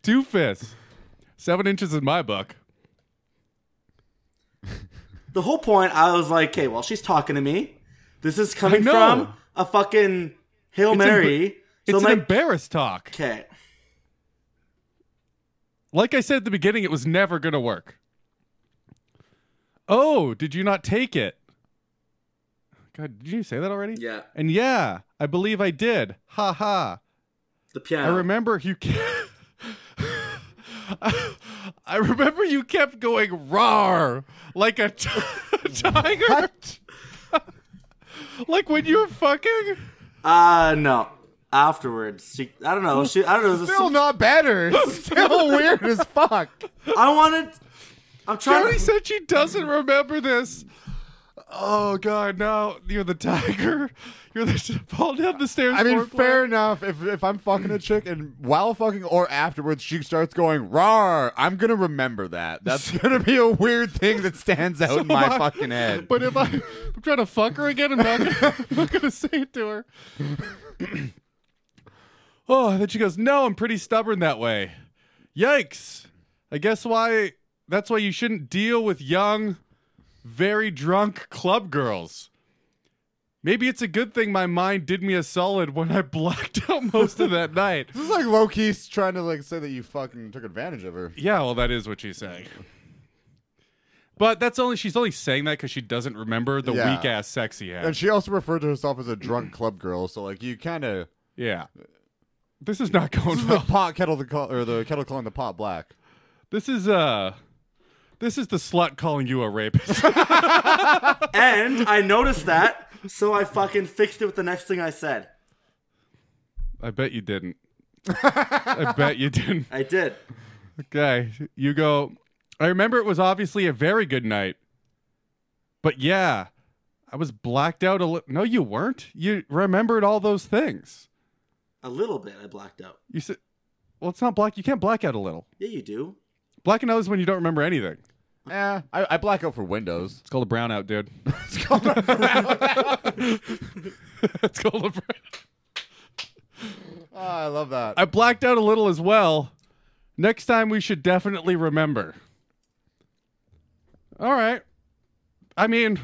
B: two fists. Seven inches in my book.
C: The whole point, I was like, okay, well, she's talking to me. This is coming
B: know.
C: from a fucking hail
B: It's
C: mary.
B: emb-
C: so
B: It's an
C: I'm like,
B: embarrassed talk.
C: okay,
B: Like I said at the beginning, it was never going to work. Oh, did you not take it? God, did you say that already?
C: Yeah.
B: And yeah, I believe I did. Ha ha.
C: the
B: I
C: piano.
B: remember you. Kept... I remember you kept going rawr like a t- tiger. like when you were fucking.
C: Uh no. Afterwards, she. I don't know. She. I don't know. This is
D: Still not better. Still weird as fuck.
C: I wanted. I'm trying.
B: Jody said she doesn't remember this. Oh God, no! You're the tiger. You're the fall down the stairs.
D: I mean,
B: foreplay.
D: fair enough. If if I'm fucking a chick and while fucking or afterwards she starts going rar, I'm gonna remember that. That's gonna be a weird thing that stands out in my
B: am I.
D: fucking head.
B: But if I, I'm trying to fuck her again, I'm not gonna, I'm not gonna say it to her. oh, and then she goes, "No, I'm pretty stubborn that way." Yikes! I guess why that's why you shouldn't deal with young, very drunk club girls. Maybe it's a good thing my mind did me a solid when I blacked out most of that night.
D: this is like low key trying to like say that you fucking took advantage of her.
B: Yeah, well, that is what she's saying. But that's only she's only saying that because she doesn't remember the
D: Yeah.
B: weak ass sex he had.
D: And she also referred to herself as a drunk club girl, so like you kind of
B: yeah, this is not going
D: this is the
B: well.
D: pot kettle the call, or the kettle calling the pot black.
B: this is uh, this is the slut calling you a rapist.
C: And I noticed that, so I fucking fixed it with the next thing I said.
B: I bet you didn't. I bet you didn't.
C: I did.
B: Okay, you go. I remember it was obviously a very good night, but yeah, I was blacked out a little. No, you weren't. You remembered all those things.
C: A little bit. I blacked out.
B: You said, "Well, it's not black. You can't black out a little.
C: Yeah, you do.
B: Blacking out is when you don't remember anything.
D: Yeah, Eh, I, I black out for windows.
B: It's called a brownout, dude.
D: It's called a brownout.
B: it's called a brownout."
D: Oh, I love that.
B: I blacked out a little as well. Next time we should definitely remember. All right. I mean,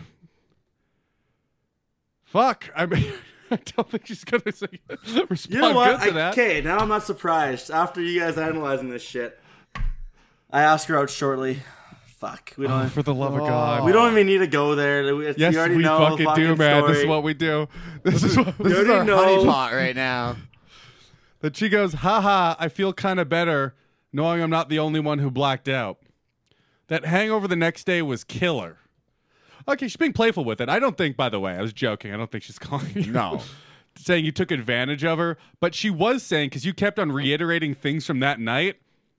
B: fuck. I mean, I don't think she's gonna say, respond
C: You know what?
B: good to that.
C: Okay, now I'm not surprised. After you guys analyzing this shit, I ask her out shortly. Fuck. We don't.
B: Oh, For the love of God.
C: we don't even need to go there. It's,
B: Yes,
C: you already
B: we
C: know the
B: fucking do, man. This is
C: story.
B: what we do. This is what.
D: This is
C: already
D: our
C: know.
D: honey pot right now.
B: That she goes, haha, I feel kind of better knowing I'm not the only one who blacked out. That hangover the next day was killer. Okay, she's being playful with it. I don't think, by the way, I was joking. I don't think she's calling you.
D: No.
B: saying you took advantage of her, but she was saying, because you kept on reiterating things from that night.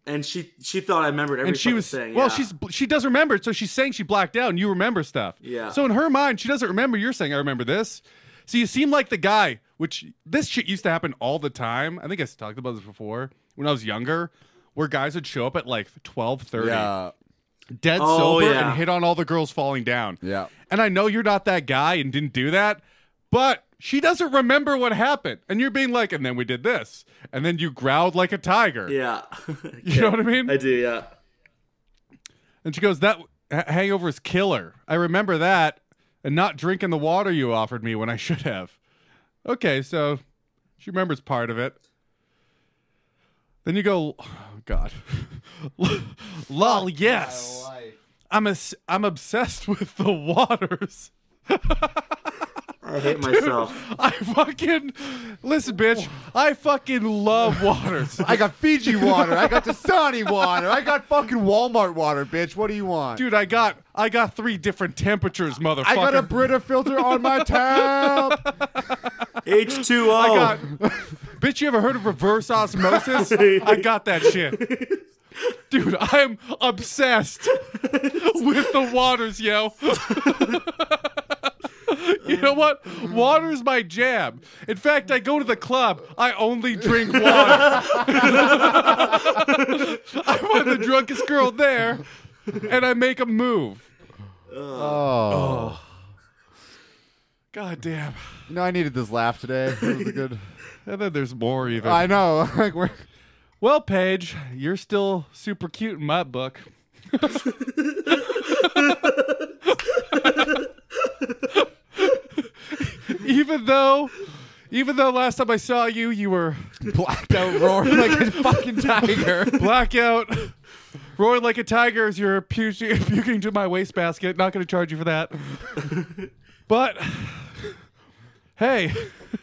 C: And she she thought I remembered everything.
B: And she was
C: saying.
B: well.
C: yeah.
B: She's she does remember, it, so she's saying she blacked out, and you remember stuff.
C: Yeah.
B: So in her mind, she doesn't remember. You're saying I remember this. So you seem like the guy, which this shit used to happen all the time. I think I talked about this before when I was younger, where guys would show up at like twelve thirty,
D: Yeah.
B: dead
C: Oh,
B: sober,
C: yeah.
B: and hit on all the girls falling down.
D: Yeah.
B: And I know you're not that guy and didn't do that, but she doesn't remember what happened, and you're being like, and then we did this, and then you growled like a tiger.
C: yeah.
B: You know what I mean?
C: I do. Yeah.
B: And she goes, "That ha- hangover is killer. I remember that, and not drinking the water you offered me when I should have." Okay, so she remembers part of it. Then you go, "Oh God, lol, yes, I'm a, I'm obsessed with the waters."
C: I hate myself.
B: I fucking listen, bitch. I fucking love waters.
D: I got Fiji water. I got Dasani water. I got fucking Walmart water, bitch. What do you want?
B: Dude, I got I got three different temperatures, motherfucker.
D: I got a Brita filter on my tap.
C: H two O.
B: I got. bitch, you ever heard of reverse osmosis? I got that shit. Dude, I'm obsessed with the waters, yo. you know what? Water's my jam. In fact, I go to the club, I only drink water. I want the drunkest girl there, and I make a move.
D: Oh.
B: God damn.
D: No, I needed this laugh today. It was a good.
B: And then there's more, even.
D: I know. Like we're.
B: Well, Paige, you're still super cute in my book. even though, even though last time I saw you, you were
D: blacked out roaring like a fucking tiger.
B: blackout, roaring like a tiger as you're puking, puking to my wastebasket. Not going to charge you for that. But hey,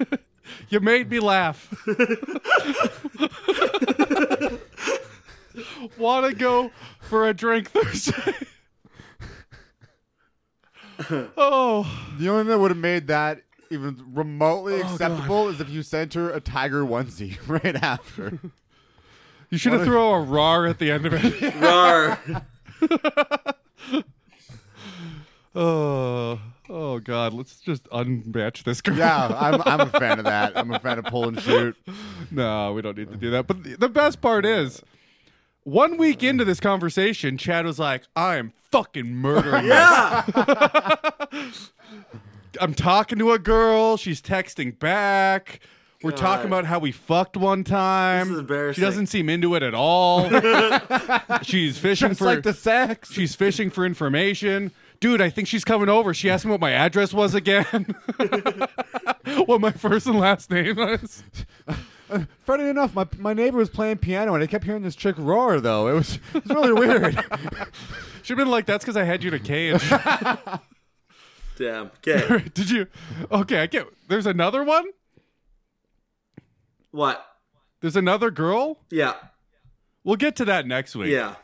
B: you made me laugh. Want to go for a drink Thursday? oh,
D: The only thing that would have made that even remotely acceptable is if you sent her a tiger onesie right after.
B: you should have thrown a rar at the end of it.
C: Rar.
B: Oh, oh God, let's just unmatch this girl.
D: Yeah, I'm, I'm a fan of that. I'm a fan of pull and shoot.
B: No, we don't need to do that. But the, the best part is, one week into this conversation, Chad was like, "I am fucking murdering. her.
C: yeah.
B: I'm talking to a girl. She's texting back. We're talking
C: God.
B: about how we fucked one time.
C: This is embarrassing.
B: She doesn't seem into it at all. she's fishing
D: It's
B: for
D: like the sex.
B: she's fishing for information." Dude, I think she's coming over. She asked me what my address was again. what my first and last name was.
D: Funny enough, my, my neighbor was playing piano and I kept hearing this chick roar, though. It was, it was really weird.
B: She'd been like, "That's because I had you in a cage."
C: Damn. Okay.
B: Did you? Okay, I get. There's another one.
C: What?
B: There's another girl.
C: Yeah.
B: We'll get to that next week.
C: Yeah.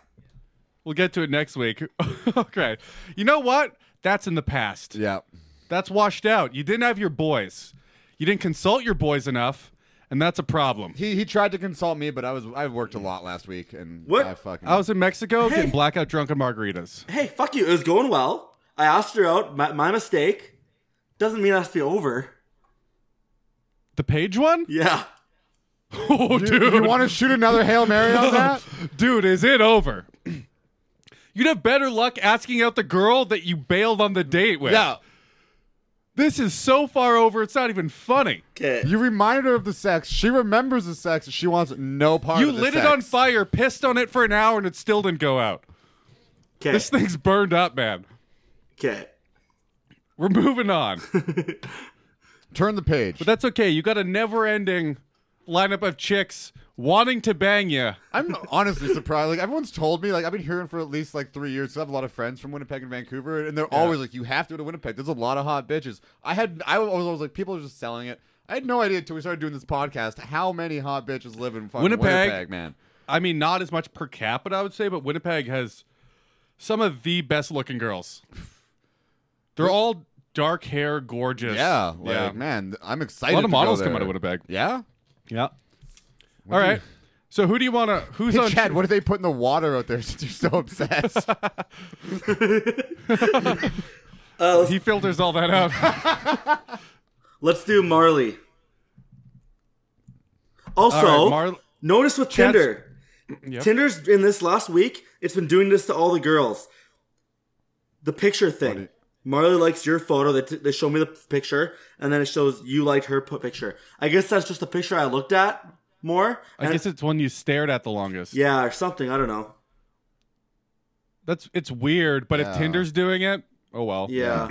B: We'll get to it next week. okay. You know what? That's in the past.
D: yeah.
B: That's washed out. You didn't have your boys. You didn't consult your boys enough, and that's a problem.
D: He he tried to consult me, but I was I worked a lot last week and
C: What?
D: I fucking
B: I was in Mexico
C: Hey.
B: getting blackout drunk on margaritas.
C: Hey, fuck you. It was going well. I asked her out. My, my mistake. Doesn't mean it has to be over.
B: The page one?
C: Yeah.
B: Oh, dude.
D: You want to shoot another hail mary on that?
B: Dude, is it over? You'd have better luck asking out the girl that you bailed on the date with.
D: yeah.
B: This is so far over, it's not even funny.
C: Okay.
D: You reminded her of the sex. She remembers the sex. She wants no part
B: You
D: of the
B: lit
D: sex.
B: it on fire, pissed on it for an hour, and it still didn't go out.
C: Okay.
B: This thing's burned up, man.
C: Okay.
B: We're moving on.
D: Turn the page.
B: But that's okay. You got a never ending lineup of chicks wanting to bang you.
D: I'm honestly surprised. Like everyone's told me, like I've been hearing for at least like three years. 'cause I have a lot of friends from Winnipeg and Vancouver, and they're always like, "You have to go to Winnipeg. There's a lot of hot bitches." I had, I was always like, people are just selling it. I had no idea until we started doing this podcast how many hot bitches live in fucking Winnipeg,
B: Winnipeg.
D: man.
B: I mean, not as much per capita, I would say, but Winnipeg has some of the best looking girls. They're all dark hair, gorgeous.
D: Yeah, like man, I'm excited.
B: A lot of
D: to go
B: models come out
D: there.
B: of Winnipeg.
D: Yeah.
B: Yeah. All right. So who do you want to? Who's
D: Hey,
B: on?
D: Chad, what do they put in the water out there since you're so obsessed?
B: Oh, he filters all that out.
C: Let's do Marley. Also,
B: All right, Marley-
C: notice with Tinder.
B: Yep.
C: Tinder's in this last week, it's been doing this to all the girls. The picture thing. Marley likes your photo. They, t- they show me the picture, and then it shows you liked her p- picture. I guess that's just the picture I looked at more.
B: I
C: and-
B: guess it's one you stared at the longest.
C: yeah, or something. I don't know.
B: That's it's weird, but
D: Yeah.
B: if Tinder's doing it, oh well.
C: Yeah.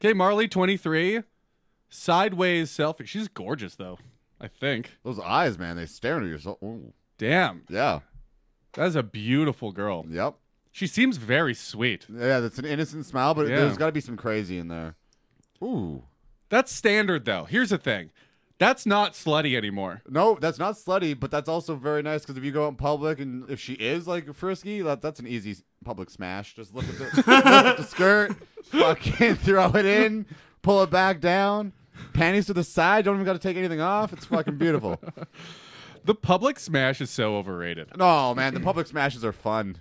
B: Okay, Marley, twenty three, sideways selfie. She's gorgeous though. I think.
D: Those eyes, man, they staring at you. So, ooh.
B: Damn,
D: yeah,
B: that is a beautiful girl.
D: yep,
B: She seems very sweet.
D: yeah. That's an innocent smile, but
B: Yeah.
D: there's got to be some crazy in there. Ooh,
B: That's standard though. Here's the thing, that's not slutty anymore.
D: no, that's not slutty, but that's also very nice because if you go out in public and if she is like frisky, that, that's an easy s- public smash. Just look at the, look at the skirt, fucking throw it in, pull it back down, panties to the side. Don't even got to take anything off. It's fucking beautiful.
B: The public smash is so overrated.
D: no, man, the public smashes are fun.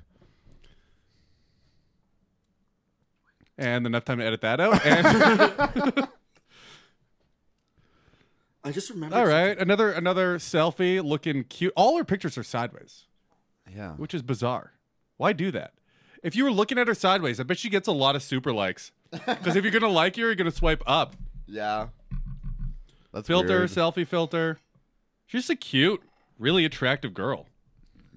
B: And enough time to edit that out. And,
C: I just remember.
B: all right, another another selfie, looking cute. All her pictures are sideways.
D: Yeah.
B: which is bizarre. Why do that? If you were looking at her sideways, I bet she gets a lot of super likes. Because if you're gonna like her, you're gonna swipe up.
D: Yeah. That's
B: Filter,
D: weird.
B: selfie filter. She's a cute, really attractive girl.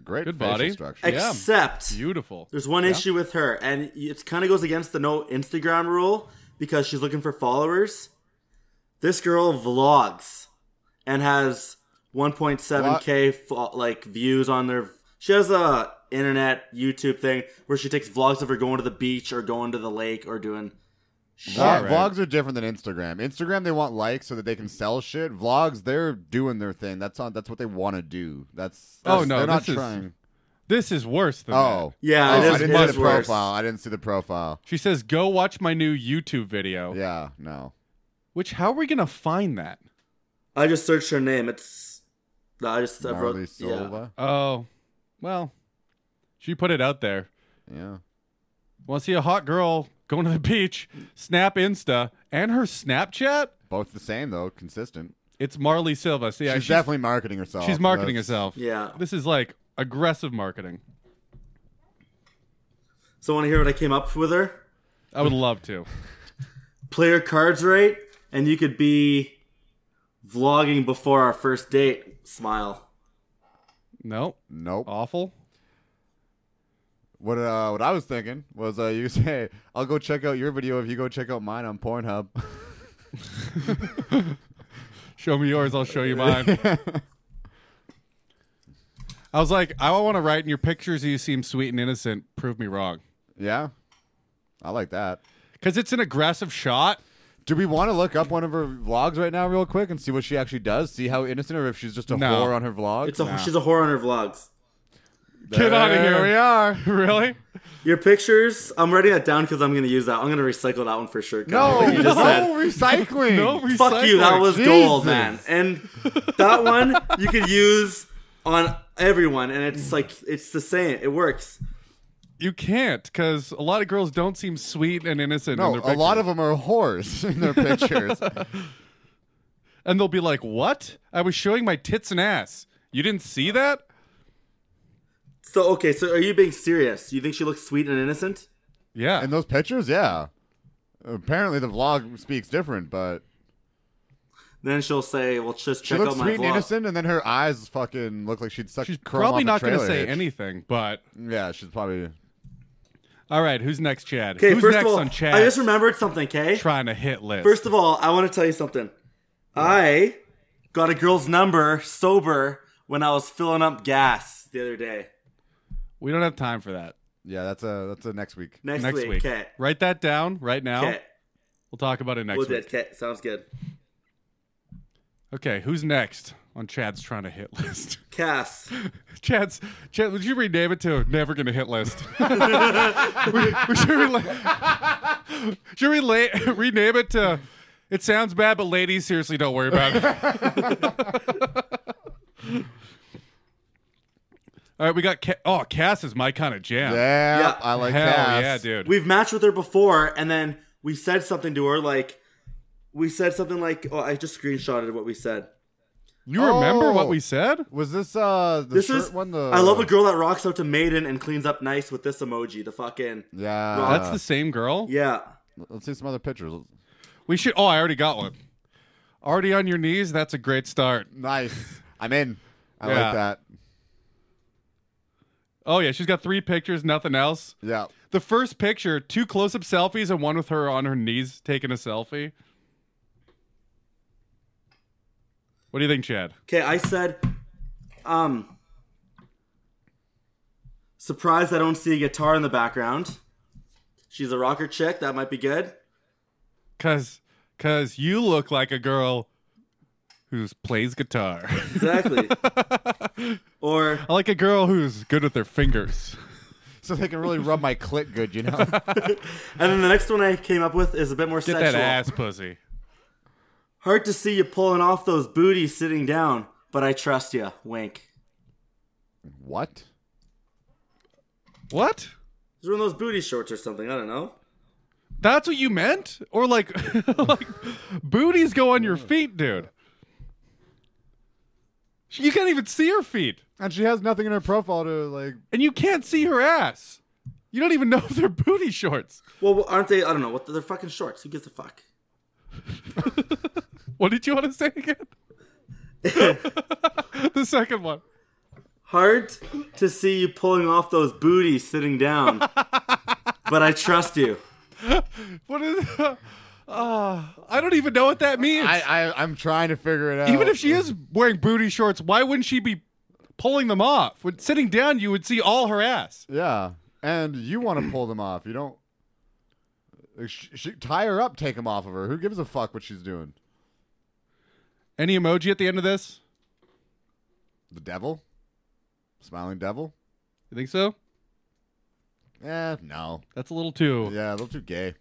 D: Great
B: Good
D: facial
B: body.
D: structure.
B: Ex- Yeah.
C: Except
B: Beautiful.
C: there's one issue with her, and it kind of goes against the no Instagram rule because she's looking for followers. This girl vlogs and has 1.7k fo- like views on their. She has a internet YouTube thing where she takes vlogs of her going to the beach or going to the lake or doing.
D: Vlog-
B: All right.
D: Vlogs are different than Instagram. Instagram they want likes so that they can sell shit. Vlogs they're doing their thing. That's on. That's what they want to do. That's,
B: Oh,
D: that's-
B: no,
D: they're not
B: this is-
D: trying.
B: This is worse than
D: Oh
B: that.
C: Yeah,
D: Oh,
C: it is-
D: I didn't
C: it
D: see
C: is
D: the
C: worse.
D: profile. I didn't see the profile.
B: She says, "Go watch my new YouTube video."
D: Yeah, no.
B: Which how are we gonna find that?
C: I just searched her name. It's. I just I wrote-
D: Marley Silva.
B: Oh, well, she put it out there.
D: Yeah.
B: Want to see a hot girl going to the beach? Snap Insta and her Snapchat.
D: both the same though, consistent.
B: It's Marley Silva. See, I-
D: she's, definitely marketing herself.
B: She's marketing
D: That's-
B: herself.
C: Yeah.
B: This is like aggressive marketing.
C: So want to hear what I came up with her?
B: I would love to.
C: play your cards right, and you could be vlogging before our first date. Smile.
B: No,
D: Nope.
B: awful.
D: What uh, what I was thinking was uh, you say I'll go check out your video if you go check out mine on Pornhub.
B: Show me yours, I'll show you mine. I was like, I want to write in your pictures. You seem sweet and innocent. Prove me wrong,
D: yeah, I like that.
B: because it's an aggressive shot.
D: Do we want to look up one of her vlogs right now, real quick, and see what she actually does? See how innocent, or if she's just a
B: No.
D: whore on her vlog?
C: It's a she's a whore on her vlogs.
B: Get out of
D: There
B: here.
D: we are.
B: Really?
C: Your pictures, I'm writing that down because I'm going to use that. I'm going to recycle that one for sure. Kyle, what
D: No, no
C: you just said.
D: recycling.
B: No recycling.
C: Fuck you, that was
D: Jesus.
C: gold, man. And that one you could use on everyone, and it's like it's the same. It works.
B: You can't because a lot of girls don't seem sweet and innocent. in
D: No,
B: their
D: a lot
B: pictures.
D: of them are whores in their pictures.
B: and they'll be like, "What? I was showing my tits and ass. You didn't see that?
C: So okay, so are you being serious? You think she looks sweet and innocent?
B: Yeah.
D: in those pictures, yeah. Apparently, the vlog speaks different, but
C: Then she'll say, "Well, just
D: she
C: check
D: looks
C: out my
D: sweet and
C: vlog."
D: innocent, and then her eyes fucking look like she'd sucked.
B: She's
D: chrome
B: probably not
D: off a
B: going to
D: trailer
B: say
D: hitch.
B: anything, but
D: Yeah, she's probably.
B: all right. Who's next, Chad?
C: Okay,
B: who's
C: first
B: next
C: of all,
B: on Chad?
C: I just remembered something. Okay,
B: trying to hit list.
C: first of all, I want to tell you something. I got a girl's number sober when I was filling up gas the other day.
B: we don't have time for that.
D: Yeah, that's a that's a next week.
C: Next,
B: Next week.
C: week, okay,
B: Write that down right now.
C: okay,
B: We'll talk about it next
C: we'll do
B: week.
C: it. Okay, sounds good.
B: Okay, who's next on Chad's trying to hit list?
C: Cass.
B: Chad's Chad, would you rename it to Never Gonna Hit List? we, we should rela- should we la- rename it to It sounds bad, but ladies, seriously, don't worry about it. All right, we got Ca- oh Cass is my kind of jam.
D: Yeah,
C: Yeah.
D: I like
B: Hell
D: Cass.
B: yeah, dude.
C: We've matched with her before, and then we said something to her like, we said something like, "Oh, I just screenshotted what we said."
B: you remember
D: Oh.
B: what we said?
D: Was this uh the
C: This
D: shirt
C: is
D: one? The
C: I love a girl that rocks out to Maiden and cleans up nice with this emoji. The fucking
D: Yeah,
B: That's the same girl.
C: yeah.
D: Let's see some other pictures.
B: We should. Oh, I already got one. Already on your knees. That's a great start.
D: Nice. I'm in. I
B: Yeah.
D: like that.
B: Oh yeah, she's got three pictures, nothing else.
D: Yeah.
B: The first picture, two close-up selfies, and one with her on her knees taking a selfie. What do you think, Chad?
C: Okay, I said, um, surprised I don't see a guitar in the background. She's a rocker chick. That might be good.
B: Cause, cause you look like a girl who plays guitar.
C: Exactly. or
B: I like a girl who's good with their fingers.
D: So they can really rub my clit good, you know.
C: and then the next one I came up with is a bit more
B: Get
C: sexual.
B: that ass pussy.
C: Hard to see you pulling off those booties sitting down, but I trust you. Wink.
D: what?
B: What?
C: These were those booty shorts or something. I don't know.
B: That's what you meant? Or like, like booties go on your feet, dude. You can't even see her feet.
D: And she has nothing in her profile to like.
B: And you can't see her ass. You don't even know if they're booty shorts.
C: Well, aren't they? I don't know. What they're fucking shorts. Who gives a fuck?
B: What did you want to say again? the second one.
C: Hard to see you pulling off those booties sitting down, but I trust you.
B: What is uh, I don't even know what that means.
D: I, I I'm trying to figure it out.
B: even if she is wearing booty shorts, why wouldn't she be pulling them off? When sitting down, you would see all her ass.
D: Yeah, and you want to pull them off. You don't. Like, sh she, tie her up, take them off of her. Who gives a fuck what she's doing?
B: Any emoji at the end of this?
D: The devil, smiling devil.
B: You think so?
D: Eh, no.
B: That's a little too
D: Yeah, a little too gay.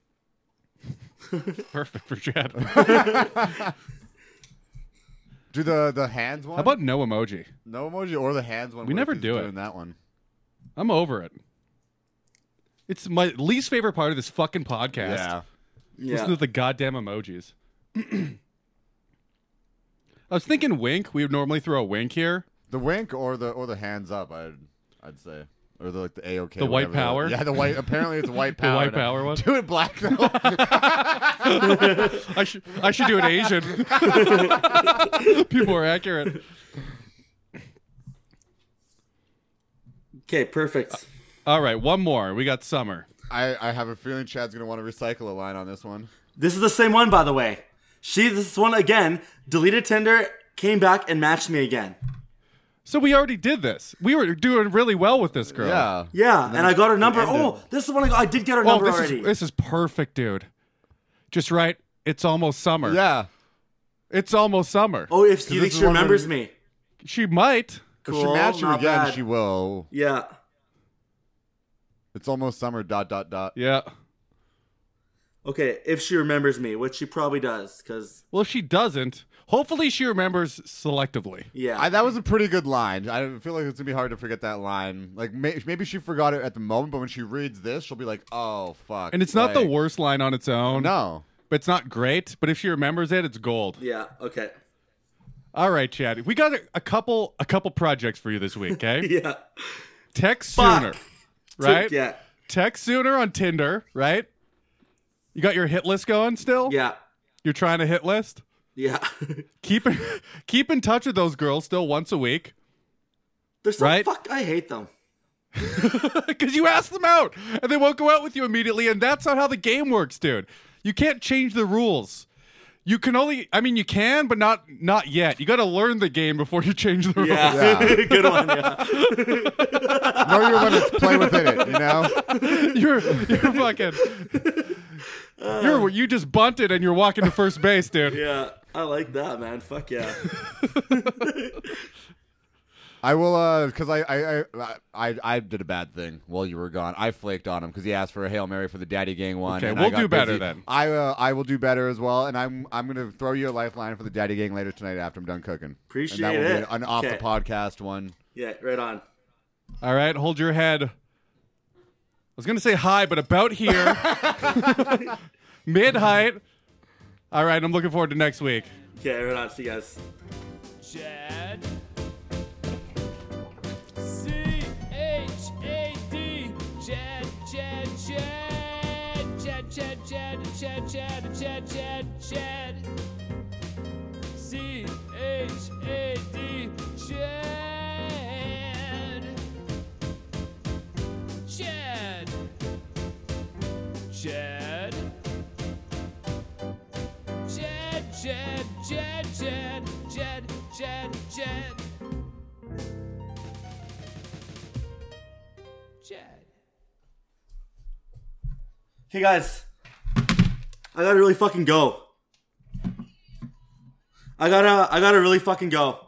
B: perfect for Chad.
D: Do the the hands one?
B: How about no emoji?
D: no emoji or the hands one?
B: We
D: What if
B: never
D: he's
B: do it.
D: Doing that one.
B: I'm over it. It's my least favorite part of this fucking podcast.
D: Yeah.
B: Listen to the goddamn emojis. I was thinking wink. We would normally throw a wink here.
D: The wink or the or the hands up, I'd I'd say. Or the like the AOK.
B: The white
D: whatever
B: power?
D: Yeah, the white apparently it's white
B: The
D: power.
B: white power one?
D: Do it black though.
B: I should I should do an Asian. People are accurate.
C: Okay, perfect.
B: All right, one more. We got summer.
D: I, I have a feeling Chad's gonna want to recycle a line on this one.
C: This is the same one, by the way. She, this one again, deleted Tinder, came back and matched me again.
B: So we already did this. We were doing really well with this girl.
D: Yeah.
C: Yeah, and I got her number.
D: ended.
C: Oh, this is the one I got. I did get her
B: Oh,
C: number
B: this
C: already.
B: is this is perfect, dude. Just right. It's almost summer.
D: Yeah.
B: It's almost summer.
C: oh, if you
D: this
C: think
D: is
C: she
D: one where
C: remembers
D: you-
C: me.
B: She might.
D: if she
C: Cool,
D: matched you
C: not
D: again,
C: bad.
D: she will.
C: Yeah.
D: It's almost summer. Dot dot dot.
B: Yeah.
C: Okay, if she remembers me, which she probably does, because
B: Well, if she doesn't, hopefully she remembers selectively.
C: yeah,
D: I, that was a pretty good line. I feel like it's gonna be hard to forget that line. Like may, maybe she forgot it at the moment, but when she reads this, she'll be like, "Oh fuck!"
B: And it's not the
D: Like,
B: worst line on its own.
D: No,
B: But it's not great. But if she remembers it, it's gold.
C: yeah. Okay,
B: All right, Chad. We got a, a couple a couple projects for you this week, okay?
C: yeah.
B: Text
C: Fuck.
B: sooner. Right?
C: Yeah,
B: Text sooner on Tinder, right? You got your hit list going still?
C: yeah,
B: You're trying to hit list?
C: yeah.
B: Keep in, keep in touch with those girls still once a week.
C: They're so
B: Right?
C: fuck. I hate them.
B: Because you asked them out and they won't go out with you immediately. And that's not how the game works, dude. You can't change the rules. You can only, I mean, you can, but not not yet. You got to learn the game before you change the rules.
C: Yeah, good one. Yeah,
D: know your limits. Play within it. You know.
B: You're, you're fucking, you're, you just bunted and you're walking to first base, dude.
C: yeah. I like that, man. Fuck yeah.
D: I will, uh, because I, I, I, I, I did a bad thing while you were gone. I flaked on him because he asked for a hail mary for the daddy gang one.
B: Okay,
D: and
B: we'll
D: I got
B: do better
D: busy.
B: then.
D: I, uh, I will do better as well, and I'm, I'm gonna throw you a lifeline for the daddy gang later tonight after I'm done cooking.
C: Appreciate
D: and that will
C: it.
D: Be an off the
C: Okay.
D: podcast one.
C: Yeah, right on.
B: All right, hold your head. I was gonna say high, but about here, mid height. All right, I'm looking forward to next week.
C: Okay, right on. See you guys.
A: Chad. C H A D. Chad, Chad, Chad. Chad, Chad, Chad, Chad, Chad, Chad, Chad, Chad. C H A D. Chad. Chad. Chad. Jed, Jed, Jed, Jed, Jed, Jed, Jed. Jed.
C: Hey guys, I gotta really fucking go. I gotta, I gotta really fucking go.